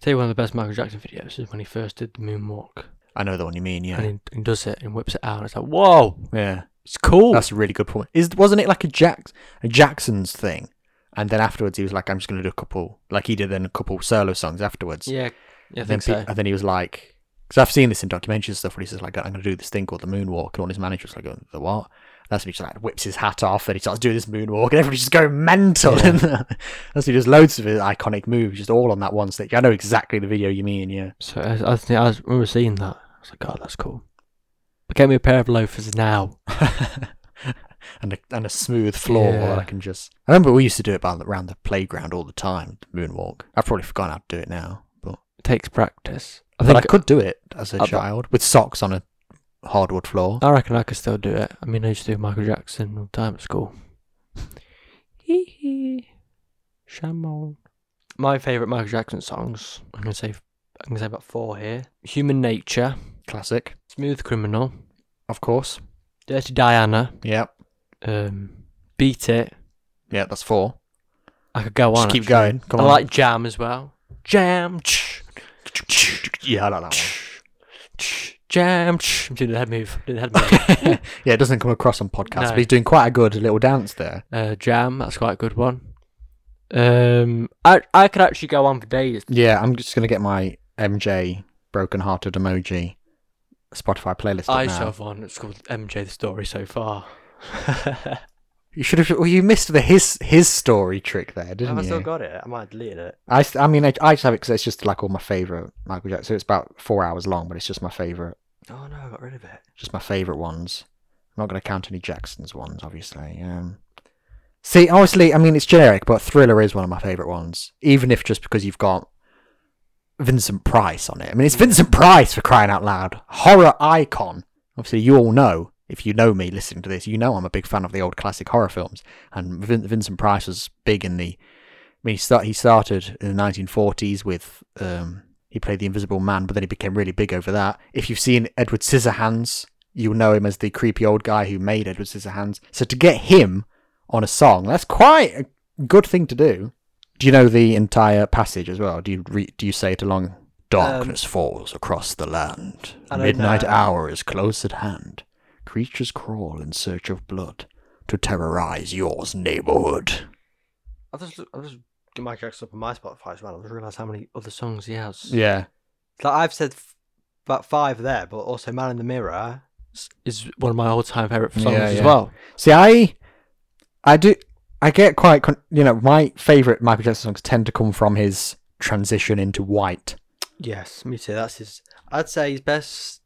Tell you one of the best Michael Jackson videos is when he first did the moonwalk,
I know the one you mean, yeah.
and he, he does it and whips it out. And it's like, whoa,
Yeah.
it's cool.
That's a really good point. Is wasn't it like a Jack a Jackson's thing? And then afterwards he was like, I'm just gonna do a couple like he did then a couple solo songs afterwards.
yeah, yeah, I
then
think
pe-
so.
and then he was like, because I've seen this in documentaries and stuff where he says like, I'm going to do this thing called the moonwalk, and all his manager's like, the what? That's when he just like whips his hat off and he starts doing this moonwalk, and everybody's just going mental.
Yeah.
And that's he does loads of his iconic moves, just all on that one stage. I know exactly the video you mean. Yeah,
So I, I think I was, remember seeing that. I was like, God, that's cool. But get me a pair of loafers now.
and a, and a smooth floor
Yeah.
that I can just. I remember we used to do it by, the- around the playground all the time. The moonwalk. I've probably forgotten how to do it now, but
It takes practice. I
but
think
I could do it as a
I-
child with socks on a hardwood floor.
I reckon I could still do it. I mean, I used to do Michael Jackson all the time at school. Hee hee. Shamon. My favourite Michael Jackson songs. I'm gonna say I'm gonna say about four here. Human Nature,
Classic,
Smooth Criminal,
of course.
Dirty Diana,
Yep,
um, Beat It.
yeah, that's four.
I could go on.
Just keep
actually.
going. Come
I
on.
like Jam as well. Jam.
yeah, I like that
Jam. I'm doing the head move. Doing the head move.
one. yeah, it doesn't come across on podcasts,
No.
but he's doing quite a good little dance there.
Uh, jam, that's quite a good one. Um, I I could actually go on for days.
Yeah, I'm just gonna get my MJ broken hearted emoji Spotify playlist. Up
I
now.
still have one. It's called MJ the Story so far.
You should have. Well, you missed the his his story trick there, didn't you?
got it? I might have deleted it.
I, s- I mean, I, I just have it because it's just like all my favorite Michael Jackson. So it's about four hours long, but it's just my favorite,
Oh no, I got rid of it.
just my favorite ones. I'm not gonna count any Jackson's ones, obviously. Um, see, honestly, I mean, it's generic, but Thriller is one of my favorite ones, even if just because you've got Vincent Price on it. I mean, it's Vincent Price for crying out loud, horror icon. Obviously, you all know if you know me listening to this, you know I'm a big fan of the old classic horror films, and Vin- Vincent Price was big in the. I mean, he, start, he started in the 1940s with um, he played the Invisible Man, but then he became really big over that. If you've seen Edward Scissorhands, you'll know him as the creepy old guy who made Edward Scissorhands. So to get him on a song, that's quite a good thing to do. Do you know the entire passage as well? Do you re- do you say it along? Darkness falls across the land.
I don't
Midnight
know.
hour is close at hand. Creatures crawl in search of blood to terrorize your neighborhood.
I just I just get my tracks up on my Spotify as well. I just realised how many other songs he has.
Yeah.
Like I've said f- about five there, but also Man in the Mirror is one of my all-time favorite songs
Yeah,
as
yeah.
well.
See, I, I do. I get quite, con- you know, my favourite Michael Jackson songs tend to come from his transition into white.
Yes, me too. That's his. I'd say his best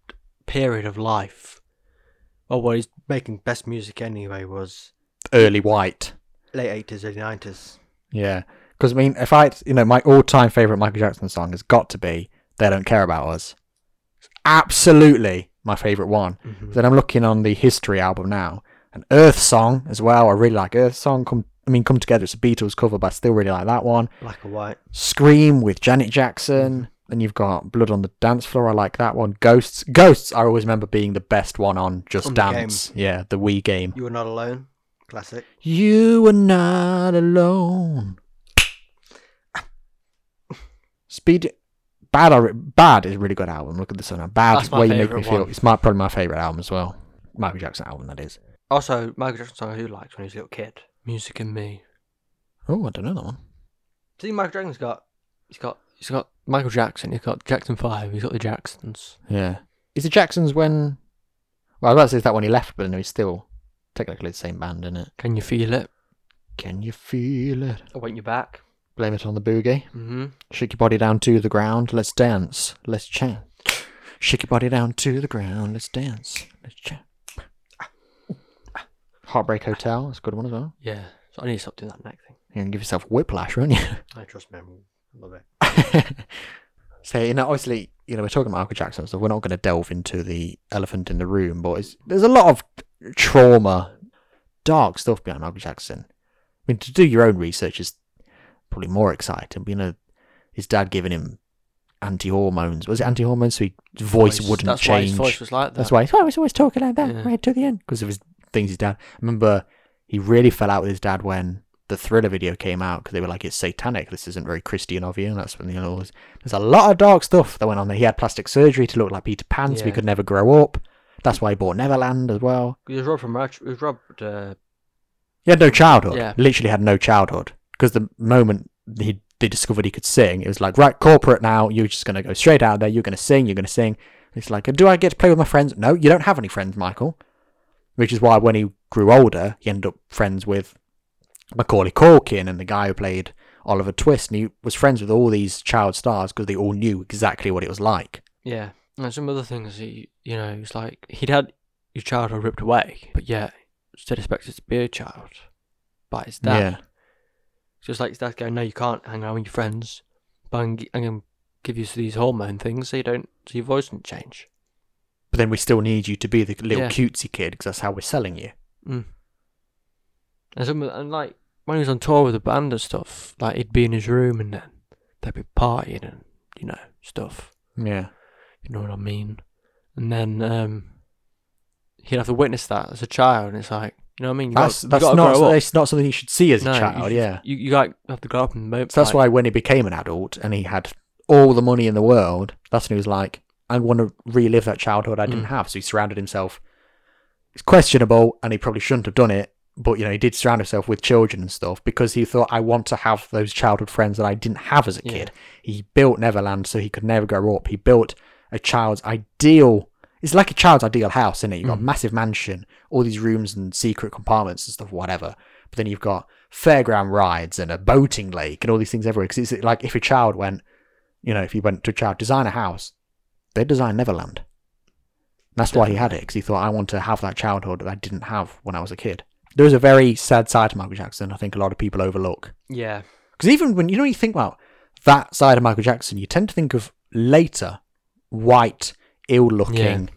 period of life, or what he's making best music anyway, was
early white.
late eighties, early nineties.
Yeah, because I mean, if I, you know, my all-time favorite Michael Jackson song has got to be "They Don't Care About Us." It's absolutely my favorite one.
Mm-hmm.
Then I'm looking on the History album now, and Earth Song as well. I really like Earth Song. Come, I mean, Come Together. It's a Beatles cover, but I still really like that one.
Black or white.
Scream with Janet Jackson. Then you've got Blood on the Dance Floor. I like that one. Ghosts. Ghosts. I always remember being the best one on Just
On the
Dance. yeah, the Wii game.
You were not alone. Classic.
You are not alone. Speed, bad. Are, bad is a really good album. Look at this one. Bad.
That's my
Way you make me
favourite
feel.
one.
It's my probably my favorite album as well. Michael Jackson album that is.
Also, Michael Jackson song I who liked when he was a little kid. Music and Me.
Oh, I don't know that one.
See, Michael Jackson's got, he's got, he's got Michael Jackson. He's got Jackson Five. He's got the Jacksons.
Yeah. Is the Jacksons when? Well, I was about to say it's that when he left, but no, he's still technically the same band, isn't it?
Can you feel it?
Can you feel it?
I want you back.
Blame it on the boogie.
Mm-hmm.
Shake your body down to the ground. Let's dance. Let's chant. Shake your body down to the ground. Let's dance. Let's chant. Heartbreak Hotel. That's a good one as well.
Yeah. So I need to stop doing that neck thing.
You're going to give yourself whiplash, won't you?
I trust me. I love it.
so, you know, obviously, you know, we're talking about Michael Jackson and stuff. We're not going to delve into the elephant in the room, but it's, there's a lot of trauma, dark stuff behind Michael Jackson. I mean, to do your own research is probably more exciting. But, you know, his dad giving him anti hormones. Was it anti hormones? So his voice wouldn't
That's why
change.
his voice was like that.
That's why he's always, always talking like that
Yeah.
right to the end because of his things his dad. I remember he really fell out with his dad when the thriller video came out because they were like, it's satanic. This isn't very Christian of you. And that's when, you know, all this- there's a lot of dark stuff that went on there. He had plastic surgery to look like Peter Pan so he
Yeah.
could never grow up. That's why he bought Neverland as well.
He was robbed from Ratch- he was robbed. Uh,
He had no childhood.
Yeah.
Literally had no childhood because the moment he they discovered he could sing, it was like, right, corporate now, you're just going to go straight out there, you're going to sing, you're going to sing. It's like, do I get to play with my friends? No, you don't have any friends, Michael. Which is why when he grew older, he ended up friends with Macaulay Culkin and the guy who played Oliver Twist, and he was friends with all these child stars because they all knew exactly what it was like.
yeah, and some other things. He, you know, it's like he'd had his childhood ripped away, but yet still expected to be a child by his dad.
Yeah.
It's Just like his dad going, "No, you can't hang around with your friends, but I'm, g- I'm gonna give you these hormone things so you don't, so your voice doesn't change."
But then we still need you to be the little
Yeah.
cutesy kid because that's how we're selling you.
Mm. And some, of- and like when he was on tour with the band and stuff, like he'd be in his room and then they'd be partying and you know stuff.
Yeah.
you know what I mean? And then um, he'd have to witness that as a child, and it's like, you know what I mean? You
That's
gotta- you
that's
gotta
not
grow up.
that's not something you should see as
No,
a
you
child.
should-
Yeah.
You you like have to grow up in the moment.
So that's why when he became an adult and he had all the money in the world, that's when he was like, I want to relive that childhood I didn't
Mm.
have. So he surrounded himself. It's questionable, and he probably shouldn't have done it. But you know, he did surround himself with children and stuff because he thought, I want to have those childhood friends that I didn't have as a
Yeah.
kid. He built Neverland so he could never grow up. He built a child's ideal. It's like a child's ideal house, isn't it? You've got a
Mm.
massive mansion, all these rooms and secret compartments and stuff, whatever. But then you've got fairground rides and a boating lake and all these things everywhere. Because it's like if a child went, you know, if you went to a child design a house, they design Neverland. That's why he had it because he thought I want to have that childhood that I didn't have when I was a kid. There is a very sad side to Michael Jackson. I think a lot of people overlook.
Yeah,
Because even when you know when you think about that side of Michael Jackson, you tend to think of later white, ill-looking
Yeah.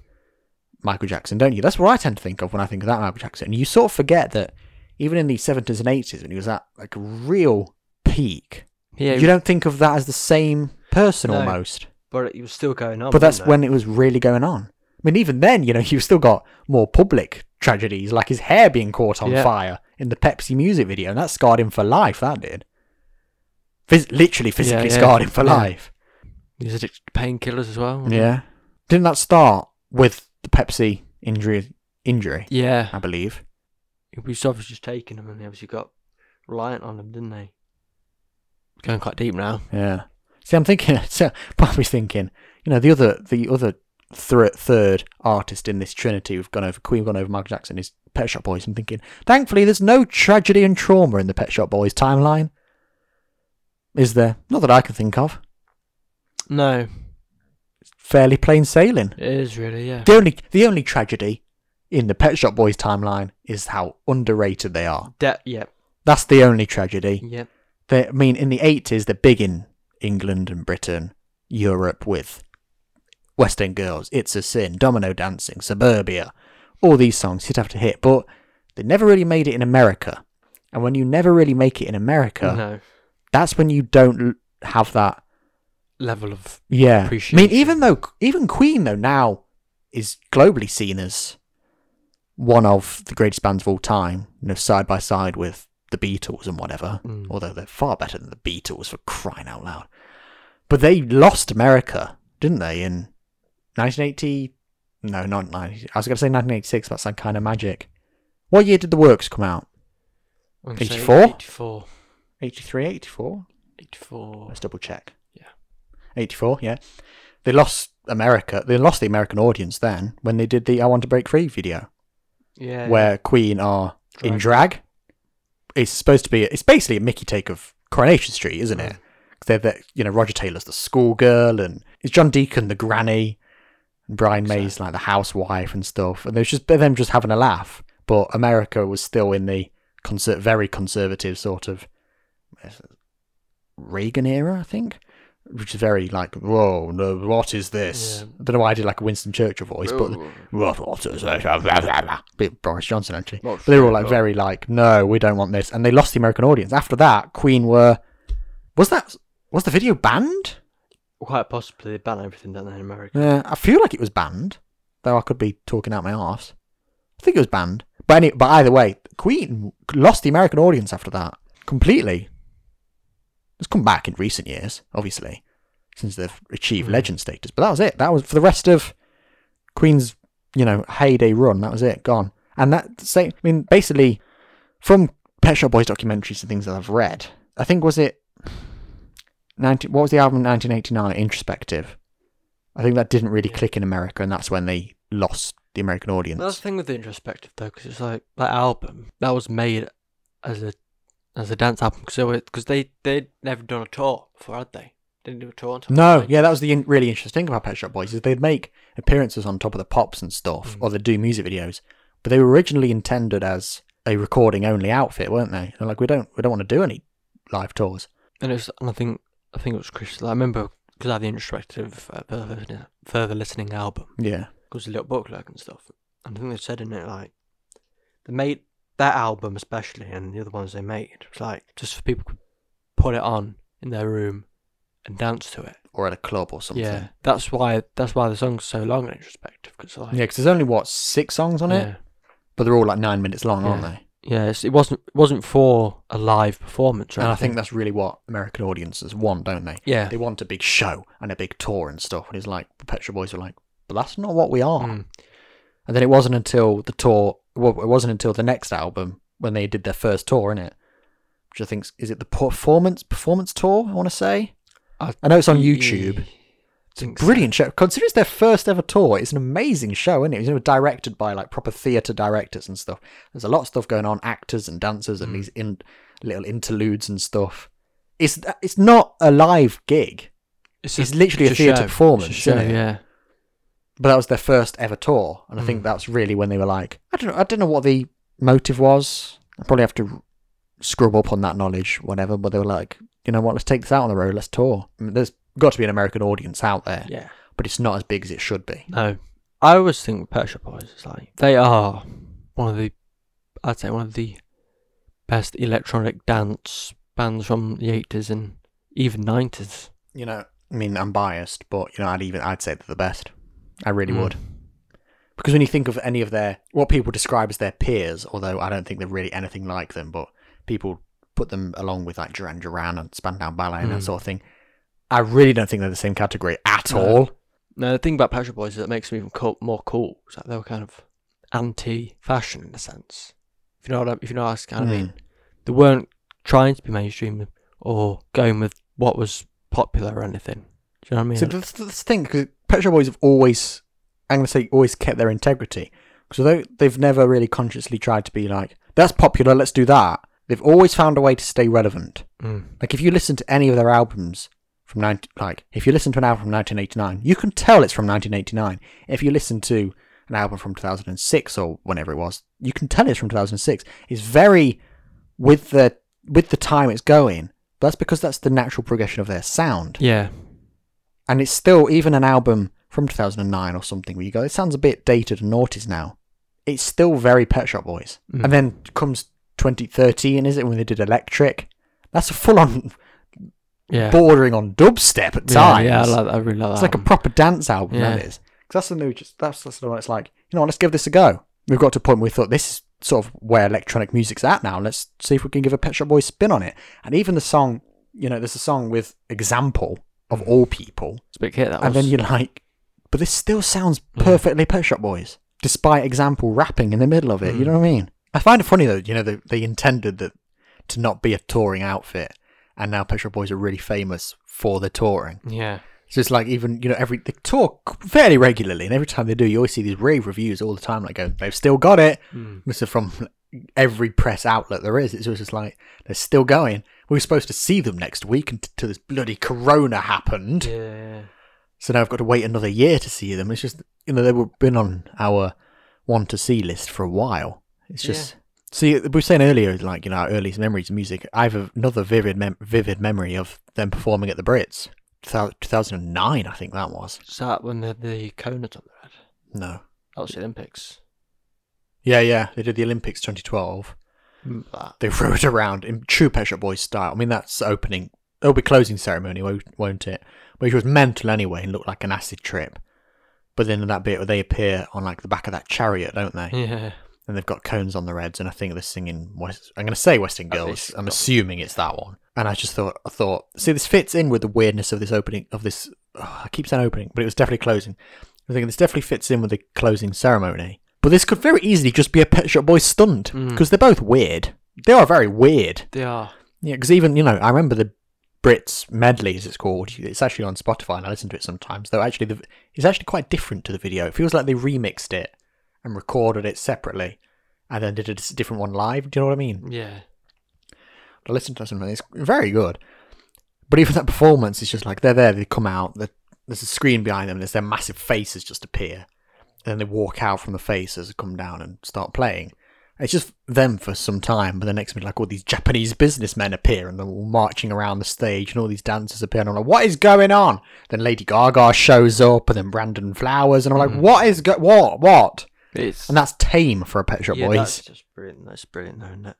Michael Jackson, don't you? That's what I tend to think of when I think of that Michael Jackson. And you sort of forget that even in the seventies and eighties, when he was at like a real peak,
yeah.
you don't think of that as the same person
No.
almost.
but he was still going on.
but that's
wasn't
when it was really going on. I mean, even then, you know, you've still got more public tragedies like his hair being caught on
Yeah.
fire in the Pepsi music video, and that scarred him for life. That did, Phys- literally physically
yeah.
scarred him for
Yeah. Mm-hmm.
life.
there? he was addicted to painkillers as well.
Yeah, didn't that start with the Pepsi injury? Injury,
yeah.
I believe.
He was obviously just taking them, and they obviously got reliant on them, didn't they? Going quite deep now.
Yeah. See, I'm thinking. So, part of me's thinking, you know, the other the other thr third artist in this trinity we've gone over Queen, we've gone over Michael Jackson, is Pet Shop Boys, and thinking, thankfully, there's no tragedy and trauma in the Pet Shop Boys timeline. Is there? Not that I can think of.
No,
It's fairly plain sailing.
it is really, yeah.
The only the only tragedy in the Pet Shop Boys timeline is how underrated they are.
De- yep,
That's the only tragedy.
yep.
They, I mean, in the eighties, they're big in England and Britain, Europe with West End Girls, It's a Sin, Domino Dancing, Suburbia, all these songs hit after hit, but they never really made it in America. And when you never really make it in America,
No
that's when you don't l- have that.
level of
Yeah, I mean,
Appreciation.
even though even Queen though now is globally seen as one of the greatest bands of all time, you know, side by side with the Beatles and whatever
mm,
although they're far better than the Beatles for crying out loud. But they lost America, didn't they, in 1980? No, not 90. I was going to say 1986, that's that kind of magic. What year did The Works come out?
I'm gonna say
84?
84,
83, 84?
84.
Let's double check.
Yeah.
84, yeah. They lost America. They lost the American audience then when they did the I Want to Break Free video,
Yeah,
where Queen are in
Drag.
drag. It's supposed to be. It's basically a Mickey take of Coronation Street, isn't it?
Mm.
They're the, you know Roger Taylor's the schoolgirl, and it's John Deacon the granny, and Brian May's like the housewife and stuff. And there's just them just having a laugh. But America was still in the concert, very conservative sort of Reagan era, I think, which is very like, whoa, no, what is this?
Yeah.
I don't know why I did like a Winston Churchill voice, but
Oh,
what, what is this? Blah, blah, blah, blah. Bit Boris Johnson, actually.
Not
But they were all
sure,
like
but-
very like, no, we don't want this, and they lost the American audience. After that, Queen were was that was the video banned?
Quite possibly they ban everything down there in America.
Yeah, I feel like it was banned, though I could be talking out my arse. I think it was banned, but any, but either way, Queen lost the American audience after that completely. It's come back in recent years, obviously, since they've achieved
Hmm.
legend status. But that was it. That was for the rest of Queen's, you know, heyday run. That was it. Gone. And that same. I mean, basically, from Pet Shop Boys documentaries and things that I've read, I think was it. 19, what was the album? Nineteen eighty nine. Introspective. I think that didn't really
Yeah.
click in America, and that's when they lost the American audience.
That's the thing with the introspective though, because it's like that album that was made as a as a dance album because they they'd never done a tour before, had they? They didn't do a tour until
No,
like,
yeah, that was the in- really interesting thing about Pet Shop Boys is they'd make appearances on Top of the Pops and stuff,
Mm.
or they'd do music videos, but they were originally intended as a recording only outfit, weren't they? They're like, we don't, we don't want to do any live tours.
And it was, and I think I think it was Chris. I remember because I had the introspective uh, further, listening, further listening album.
Yeah,
It was a little booklet and stuff. And I think they said in it like they made that album especially, and the other ones they made it was like just for people to put it on in their room and dance to it.
or at a club or something.
Yeah, that's why that's why the song's so long in introspective because like
yeah, because there's only what six songs on it,
yeah,
but they're all like nine minutes long, aren't
Yeah.
they?
yeah it's, it wasn't it wasn't for a live performance. Or
And I
anything.
think that's really what American audiences want, don't they?
yeah.
They want a big show and a big tour and stuff. And it's like Pet Shop Boys were like, but that's not what we are.
Mm.
And then it wasn't until the tour, well, it wasn't until the next album when they did their first tour, innit? Which I think is it the performance performance tour? I want to say.
I-
I know it's on YouTube.
It's a
Brilliant show. Consider it's their first ever tour. It's an amazing show, isn't it? It was you know, directed by like proper theatre directors and stuff. There's a lot of stuff going on, actors and dancers and
Mm.
these in, little interludes and stuff. It's it's not a live gig,
It's,
It's literally a theatre
show.
performance,
It's a show,
isn't it?
yeah.
but that was their first ever tour, and I think
Mm.
that's really when they were like, I don't know, I don't know what the motive was. I probably have to scrub up on that knowledge, whatever. But they were like, you know what, let's take this out on the road, let's tour. I mean, there's got to be an American audience out there,
Yeah.
but it's not as big as it should be.
No, I always think with Pet Shop Boys is like they are one of the, I'd say one of the best electronic dance bands from the eighties and even nineties.
You know, I mean, I'm biased, but you know, I'd even I'd say they're the best. I really
Mm.
would. Because when you think of any of their what people describe as their peers, although I don't think they're really anything like them, but people put them along with like Duran Duran and Spandau Ballet and that
Mm.
sort of thing. I really don't think they're the same category at
No.
all.
Now the thing about Pet Shop Boys is that makes them even cool, more cool. It's like they were kind of anti-fashion in a sense. If you know what I, if you know what
Hmm.
I kind of mean, they weren't trying to be mainstream or going with what was popular or anything. Do you know what I mean?
So that's, that's the thing, because Pet Shop Boys have always I'm going to say always kept their integrity because although they've never really consciously tried to be like that's popular, let's do that, they've always found a way to stay relevant.
Mm.
Like if you listen to any of their albums from 19, like if you listen to an album from 1989, you can tell it's from 1989. If you listen to an album from 2006 or whenever it was, you can tell it's from 2006. It's very with the with the time it's going. But that's because that's the natural progression of their sound.
Yeah.
And it's still even an album from 2009 or something where you go, it sounds a bit dated and noughties now. It's still very Pet Shop Boys.
Mm.
And then comes 2013, is it when they did Electric? That's a full on
Yeah.
bordering on dubstep at
yeah,
times.
yeah, I, like that. I really like that.
it's like a
album.
proper dance album. That
Yeah.
is because that's the new. Just that's that's the one. It's like you know, let's give this a go. We've got to a point where we thought this is sort of where electronic music's at now. Let's see if we can give a Pet Shop Boys spin on it. And even the song, you know, there's a song with example of all people,
It's a big hit,
and
that was. Hmm.
then you're like, but this still sounds
Yeah.
perfectly Pet Shop Boys, despite example rapping in the middle of it. You
Mm.
know what I mean? I find it funny though. You know, they, they intended that to not be a touring outfit, and now Pet Shop Boys are really famous for the touring.
Yeah.
So it's like even you know every they talk fairly regularly, and every time they do, you always see these rave reviews all the time. Like going, they've still got it.
Mm.
This is from every press outlet there is. It's always just like they're still going. We were supposed to see them next week until this bloody corona happened.
Yeah.
So now I've got to wait another year to see them. It's just you know they've been on our want to see list for a while. It's
Yeah.
just see we were saying earlier like you know our earliest memories of music. I have another vivid mem- vivid memory of them performing at the Brits. Two thousand nine, I think that was.
Is that when they had the conuts on their head?
No.
That was the Olympics.
Yeah, yeah. They did the Olympics 2012.
Remember that.
They rode around in true Pet Shop Boys style. I mean, that's opening. It'll be closing ceremony, wo- won't it? Which was mental anyway and looked like an acid trip. But then in that bit where they appear on like the back of that chariot, don't they?
Yeah.
And they've got cones on their heads, and I think they're singing. West, I'm going to say Western
I think
Girls.
she's
I'm
got-
assuming it's that one. And I just thought, I thought, see, this fits in with the weirdness of this opening of this. oh, I keep saying opening, but it was definitely closing. I think this definitely fits in with the closing ceremony. But this could very easily just be a Pet Shop Boys stunt
Mm.
because they're both weird. They are very weird.
They are.
Yeah, because even you know, I remember the Brits medley, as it's called. It's actually on Spotify, and I listen to it sometimes. Though actually, the, it's actually quite different to the video. It feels like they remixed it and recorded it separately, and then did a s- different one live. Do you know what I mean?
Yeah.
I listened to some of it. It's very good. But even that performance is just like they're there. They come out. they're- There's a screen behind them. There's their massive faces just appear, and then they walk out from the faces, come down, and start playing. It's just them for some time, but the next minute, like all these Japanese businessmen appear and they're all marching around the stage, and all these dancers appear, and I'm like, "What is going on?" Then Lady Gaga shows up, and then Brandon Flowers, and I'm like,
Mhm.
"What is go- what what?"
It's.
And that's tame for a Pet Shop
yeah,
Boys.
That's just brilliant. That's brilliant, though, isn't it?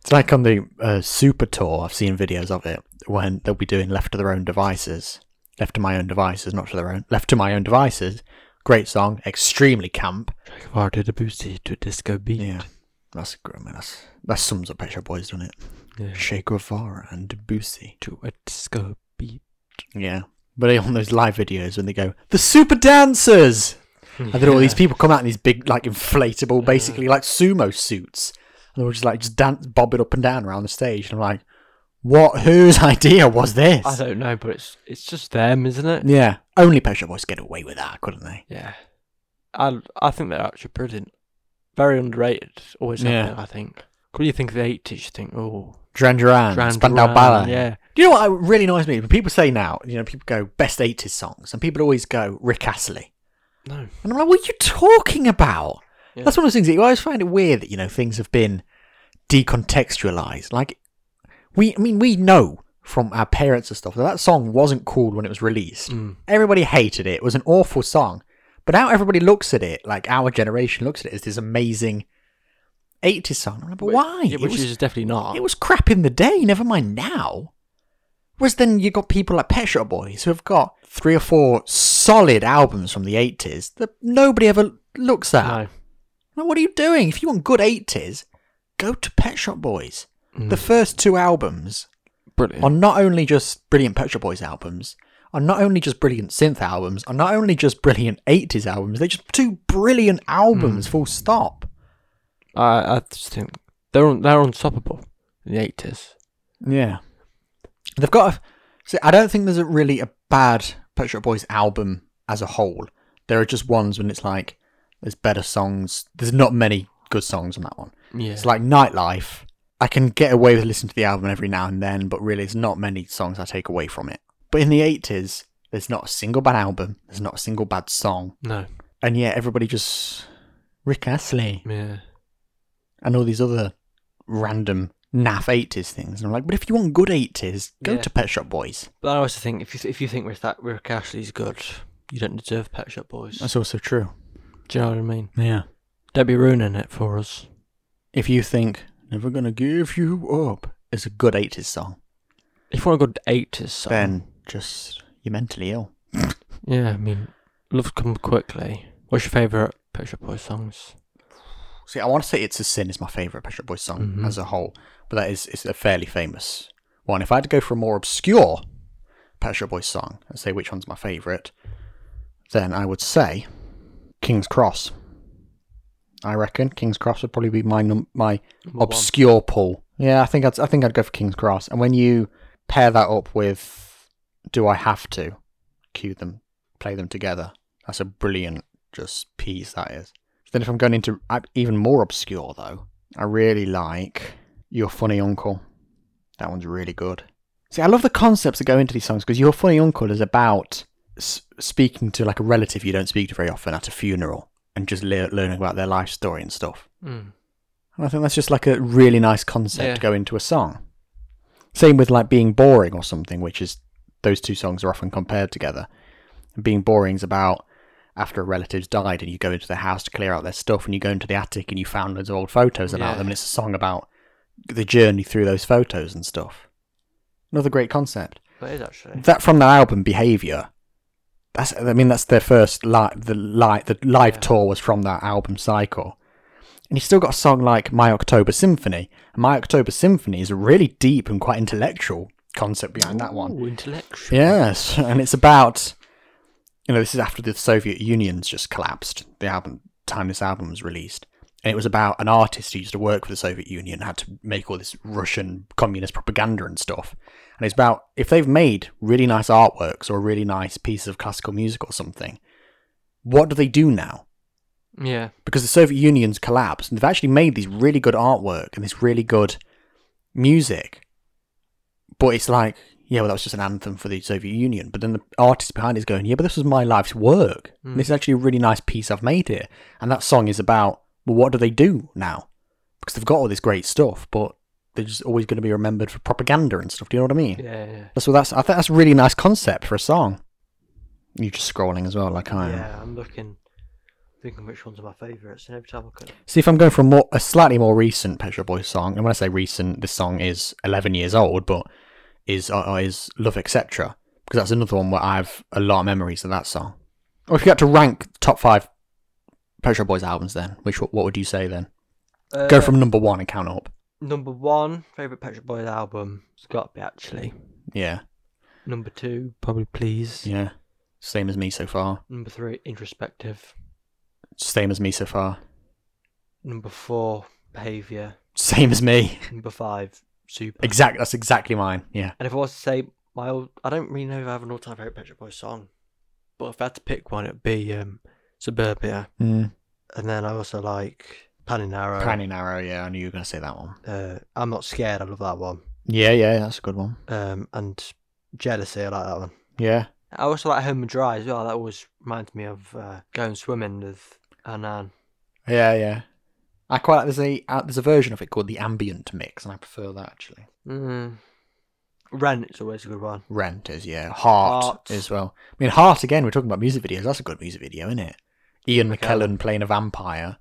It's like on the uh, Super Tour, I've seen videos of it when they'll be doing Left to Their Own Devices. Left to My Own Devices, not to their own. Left to My Own Devices. Great song, extremely camp.
Drag of Art did a boosty to a disco beat.
Yeah. That's good, man. That's, that sums up Pet Shop Boys, doesn't it?
Yeah.
Che Guevara and Debussy.
To a disco beat.
Yeah. But on those live videos when they go, The Super Dancers! And then all these people come out in these big, like, inflatable, basically, like sumo suits. And they're all just like, just dance, bobbing up and down around the stage. And I'm like, what, whose idea was this?
I don't know, but it's it's just them, isn't it?
Yeah. Only Pet Shop Boys could get away with that, couldn't they?
Yeah. I I think they're actually brilliant. Very underrated. Always have
Yeah.
been, I think. What do you think of the 80s? You think, oh,
Duran Duran,
Duran
Spandau
Duran,
Ballet.
Yeah.
Do you know what really annoys me? When people say now, you know, people go best 80s songs, and people always go Rick Astley.
No.
And I'm like, what are you talking about?
Yeah.
That's one of those things that you always find it weird that, you know, things have been decontextualized. Like, we, I mean, we know from our parents and stuff that that song wasn't cool when it was released.
Mm.
Everybody hated it. It was an awful song. But now everybody looks at it, like our generation looks at it as this amazing 80s song. I'm like, But
Wh-
why?
yeah,
It
which
was-
is definitely not.
It was crap in the day, never mind now. Whereas then you got people like Pet Shop Boys who have got three or four solid albums from the 80s that nobody ever looks at.
no.
Like, what are you doing? If you want good 80s, go to Pet Shop Boys.
Mm.
The first two albums
brilliant.
are not only just brilliant Pet Shop Boys albums, are not only just brilliant synth albums, are not only just brilliant 80s albums, they're just two brilliant
Mm.
albums, full stop.
I, I just think they're un, they're unstoppable in the 80s.
Yeah. They've got a. See, I don't think there's a really a bad Pet Shop Boys album as a whole. There are just ones when it's like there's better songs. There's not many good songs on that one.
Yeah.
It's like Nightlife. I can get away with listening to the album every now and then, but really, it's not many songs I take away from it. But in the 80s, there's not a single bad album, there's not a single bad song.
no.
And yet, everybody just. Rick Astley
Yeah.
and all these other random naff 80s things. And I'm like, but if you want good 80s, go
Yeah.
to Pet Shop Boys.
But I also think if you if you think Rick, that Rick Astley's good, you don't deserve Pet Shop Boys.
That's also true.
Do you know what I mean?
Yeah.
Don't be ruining it for us.
If you think Never Gonna Give You Up is a good 80s song,
If you want a good eighties song,
then just you're mentally ill.
yeah, I mean, love come quickly. What's your favourite Pet Shop Boys songs?
See, I want to say It's a Sin is my favourite Pet Shop Boys song
Mhm.
as a whole, but that is it's a fairly famous one. If I had to go for a more obscure Pet Shop Boys song and say which one's my favourite, then I would say King's Cross. I reckon King's Cross would probably be my num- my
Number one.
obscure pull. Yeah, I think I'd, I think I'd go for King's Cross. And when you pair that up with Do I Have to, cue them, play them together. That's a brilliant just piece that is. Then if I'm going into uh, even more obscure though, I really like Your Funny Uncle. That one's really good. See, I love the concepts that go into these songs because Your Funny Uncle is about s- speaking to like a relative you don't speak to very often at a funeral and just le- learning about their life story and stuff.
Mm.
And I think that's just like a really nice concept
Yeah.
to go into a song. Same with like being boring or something, which is those two songs are often compared together. And being boring's about after a relative's died and you go into the house to clear out their stuff and you go into the attic and you found loads of old photos about
Yeah.
them and it's a song about the journey through those photos and stuff. Another great concept.
That is actually.
That from the album Behavior. That's I mean that's their first live the live the live
Yeah.
tour was from that album cycle. And he's still got a song like My October Symphony. And My October Symphony is a really deep and quite intellectual concept behind that one.
Ooh, intellectual.
Yes, and it's about you know this is after the Soviet Union's just collapsed. The album time this album was released, and it was about an artist who used to work for the Soviet Union had to make all this Russian communist propaganda and stuff. And it's about if they've made really nice artworks or really nice pieces of classical music or something, what do they do now?
Yeah.
because the Soviet Union's collapsed and they've actually made these really good artwork and this really good music. But it's like, yeah, well, that was just an anthem for the Soviet Union. But then the artist behind it is going, yeah, but this was my life's work.
Mm.
This is actually a really nice piece I've made here. And that song is about, well, what do they do now? Because they've got all this great stuff, but they're just always going to be remembered for propaganda and stuff. Do you know what I mean?
Yeah. Yeah.
So that's, I think that's a really nice concept for a song. You're just scrolling as well, like I am.
Yeah, I'm looking, thinking which ones are my favourites, and every time I look at it,
See, if I'm going for a, more, a slightly more recent Pet Shop Boys song, and when I say recent, this song is 11 years old, but is uh, is Love Etc. Because that's another one where I have a lot of memories of that song. Or if you had to rank top five Pet Shop Boys albums, then which one- what would you say then?
uh,
Go from number one and count up.
number one favourite Pet Shop Boys album. It's got to be actually
Yeah,
number two, probably Please.
yeah. Same as me so far.
Number three, Introspective.
Same as me so far.
Number four, Behaviour.
Same as me.
Number five, Super.
Exact. That's exactly mine. Yeah.
And if I was to say my old, I don't really know if I have an all-time favourite Pet Shop Boys song, but if I had to pick one, it'd be um, Suburbia.
Mm.
And then I also like Pan and Arrow.
Cranny Narrow. Yeah, I knew you were gonna say that one.
uh, I'm not scared. I love that one.
Yeah, yeah. That's a good one.
Um, and Jealousy. I like that one.
Yeah.
I also like Home and Dry as well. That always reminds me of uh, going swimming with Anan.
Yeah, yeah. I quite like, there's a uh, there's a version of it called the ambient mix, and I prefer that actually.
Mm. Ren, it's always a good one.
Rent is yeah, heart,
Heart.
as well. I mean, heart again. We're talking about music videos. That's a good music video, isn't it? Ian
McKellen.
McKellen playing a vampire,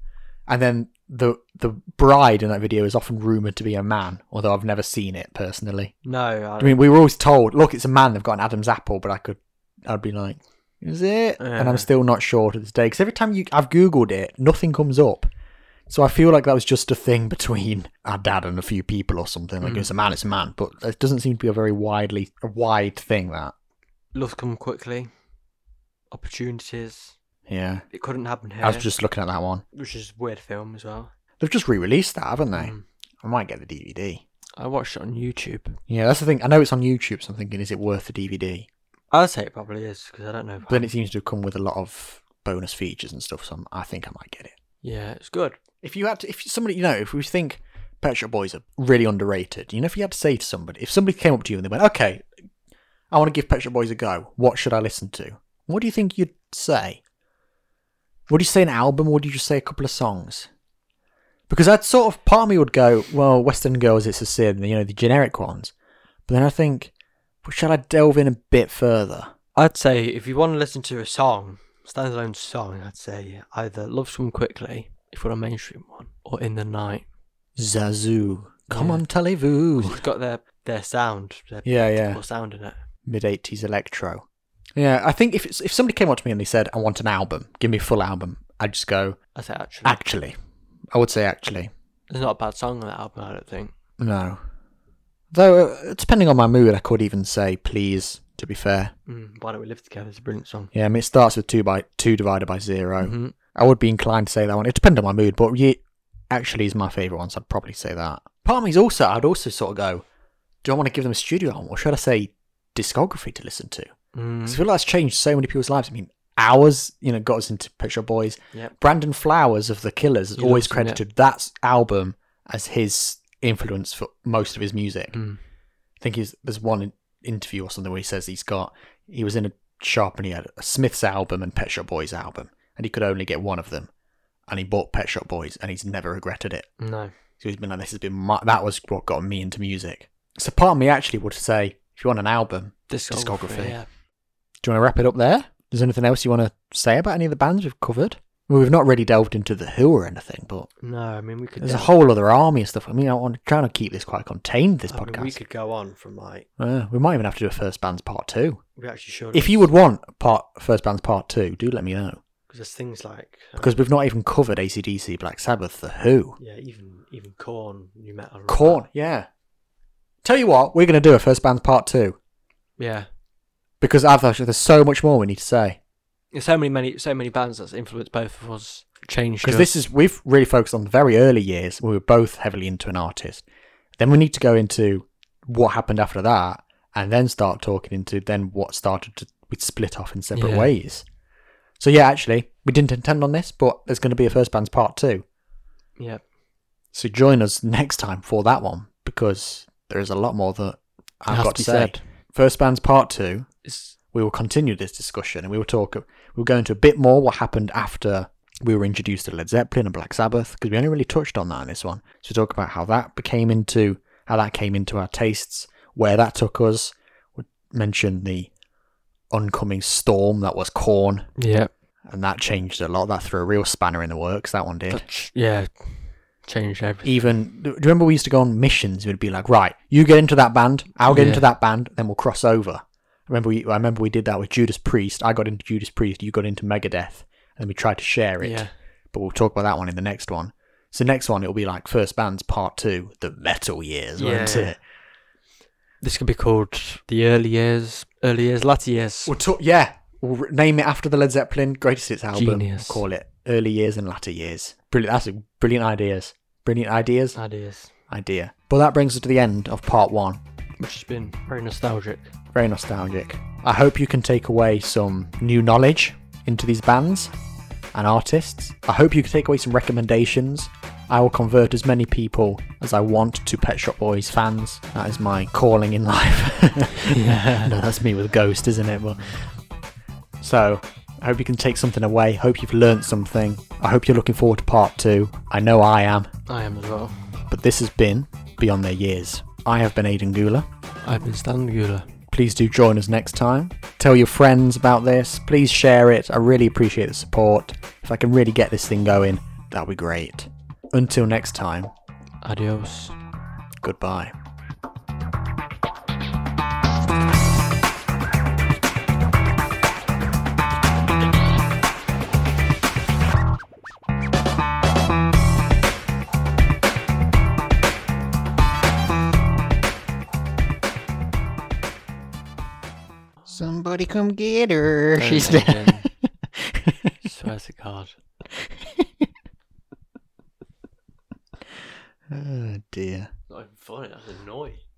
and then the the bride in that video is often rumored to be a man, although I've never seen it personally.
No, I,
I mean, we were always told, look, it's a man. They've got an Adam's apple, but I could, I'd be like, is it? And
Yeah.
I'm still not sure to this day because every time you, I've googled it, nothing comes up. So I feel like that was just a thing between our dad and a few people or something. Like
Mm.
it's a man, it's a man, but it doesn't seem to be a very widely a wide thing. That
love come quickly. Opportunities.
yeah,
It couldn't happen here.
I was just looking at that one.
Which is a weird film as well.
They've just re-released that, haven't they?
Mm.
I might get the DVD.
I watched it on YouTube.
Yeah, that's the thing. I know it's on YouTube, so I'm thinking, is it worth the DVD?
I'd say it probably is because I don't know. If
But then it seems to have come with a lot of bonus features and stuff. So I'm, I think I might get it.
Yeah, it's good.
If you had to, if somebody, you know, if we think Pet Shop Boys are really underrated, you know, if you had to say to somebody, if somebody came up to you and they went, okay, I want to give Pet Shop Boys a go, what should I listen to? What do you think you'd say? Would you say an album or would you just say a couple of songs? Because I'd sort of, part of me would go, well, Western Girls, It's a Sin, you know, the generic ones. But then I think, well, shall I delve in a bit further?
I'd say if you want to listen to a song, standalone song, I'd say either Love Swim Quickly, if we're a mainstream one, or In the Night.
Zazu, come
Yeah.
on, Televu.
It's got their, their sound, their
Yeah, yeah.
particular sound in it.
mid eighties electro. Yeah, I think if it's, if somebody came up to me and they said, "I want an album, give me a full album," I'd just go,
I say actually,
"Actually," I would say, "Actually,
there's not a bad song on that album. I don't think.
no." Though, uh, depending on my mood, I could even say, "Please." To be fair,
Mm, Why don't we live together? It's a brilliant song.
yeah, I mean, it starts with two by two divided by 0
Mhm.
I would be inclined to say that one. It depends on my mood, but yeah, actually, is my favourite one, so I'd probably say that. Part of me's also, I'd also sort of go, "Do I want to give them a studio album, or should I say discography to listen to?"
Mm.
Because I feel like that's changed so many people's lives. I mean, Hours, you know, got us into Pet Shop Boys.
Yep.
Brandon Flowers of The Killers has
He
always
loves them, yeah.
credited that album as his influence for most of his music.
Mm.
I think he's, there's one in- interview or something where he says he's got, he was in a shop and he had a Smith's album and Pet Shop Boys album, and he could only get one of them. And he bought Pet Shop Boys, and he's never regretted it.
No.
So he's been like, this has been my, that was what got me into music. So part of me actually would say, if you want an album,
Discography.
Discography.
Yeah.
do you want to wrap it up there? Is there anything else you want to say about any of the bands we've covered? Well, we've not really delved into the Who or anything, but
No, I mean we could.
there's a
delve-
whole other army of stuff. I mean, I want to try and keep this quite contained. This
I mean,
podcast,
we could go on from like
Uh, we might even have to do a first bands part two.
we actually should.
If you would want part first bands part two, do let me know
because there's things like uh,
because we've not even covered ACDC, Black Sabbath, the Who,
yeah, even even corn, new metal. and all
Corn. Yeah. Tell you what, we're going to do a first bands part two
that. Yeah.
because I've actually there's so much more we need to say.
There's so many many so many bands that's influenced both of us. Changed
because
us.
this is we've really focused on the very early years we were both heavily into an artist then we need to go into what happened after that and then start talking into then what started to we split off in separate
Yeah.
ways so yeah actually we didn't intend on this but there's going to be a first bands part two
Yeah.
so join us next time for that one because there is a lot more that i've
Has
got
to
to
be
say
said.
first bands part two
It's
we will continue this discussion and we will talk we'll go into a bit more what happened after we were introduced to led zeppelin and black sabbath because we only really touched on that in this one so we'll talk about how that became into how that came into our tastes where that took us we'll mention the oncoming storm that was corn
yeah.
and that changed a lot that threw a real spanner in the works that one did
That ch- yeah. Changed everything.
even do you remember we used to go on missions we'd be like right you get into that band i'll get
Yeah.
into that band then we'll cross over remember we i remember we did that with judas priest i got into judas priest you got into megadeth and we tried to share it
Yeah.
but we'll talk about that one in the next one so next one it'll be like first bands part two the metal years won't
Yeah.
it
This could be called the early years, early years, latter years.
we'll talk yeah we'll re- name it after the led zeppelin greatest hits album We'll
Genius.
call it early years and latter years brilliant that's a, brilliant ideas brilliant ideas
Ideas,
idea but that brings us to the end of part one
which has been very nostalgic.
very nostalgic. I hope you can take away some new knowledge into these bands and artists. I hope you can take away some recommendations. I will convert as many people as I want to Pet Shop Boys fans. That is my calling in life.
Yeah.
no, that's me with Ghost, isn't it? Well, so I hope you can take something away. Hope you've learnt something. I hope you're looking forward to part two. I know I am.
I am as well.
But this has been Beyond Their Years. I have been Aidan Gula.
I've been Stan Gula.
Please do join us next time. Tell your friends about this. Please share it. I really appreciate the support. If I can really get this thing going, that'll be great. Until next time,
Adios.
goodbye. Somebody come get her.
Don't
She's
say it
dead.
again. Swear to God.
Oh dear.
Not even funny. That was annoying.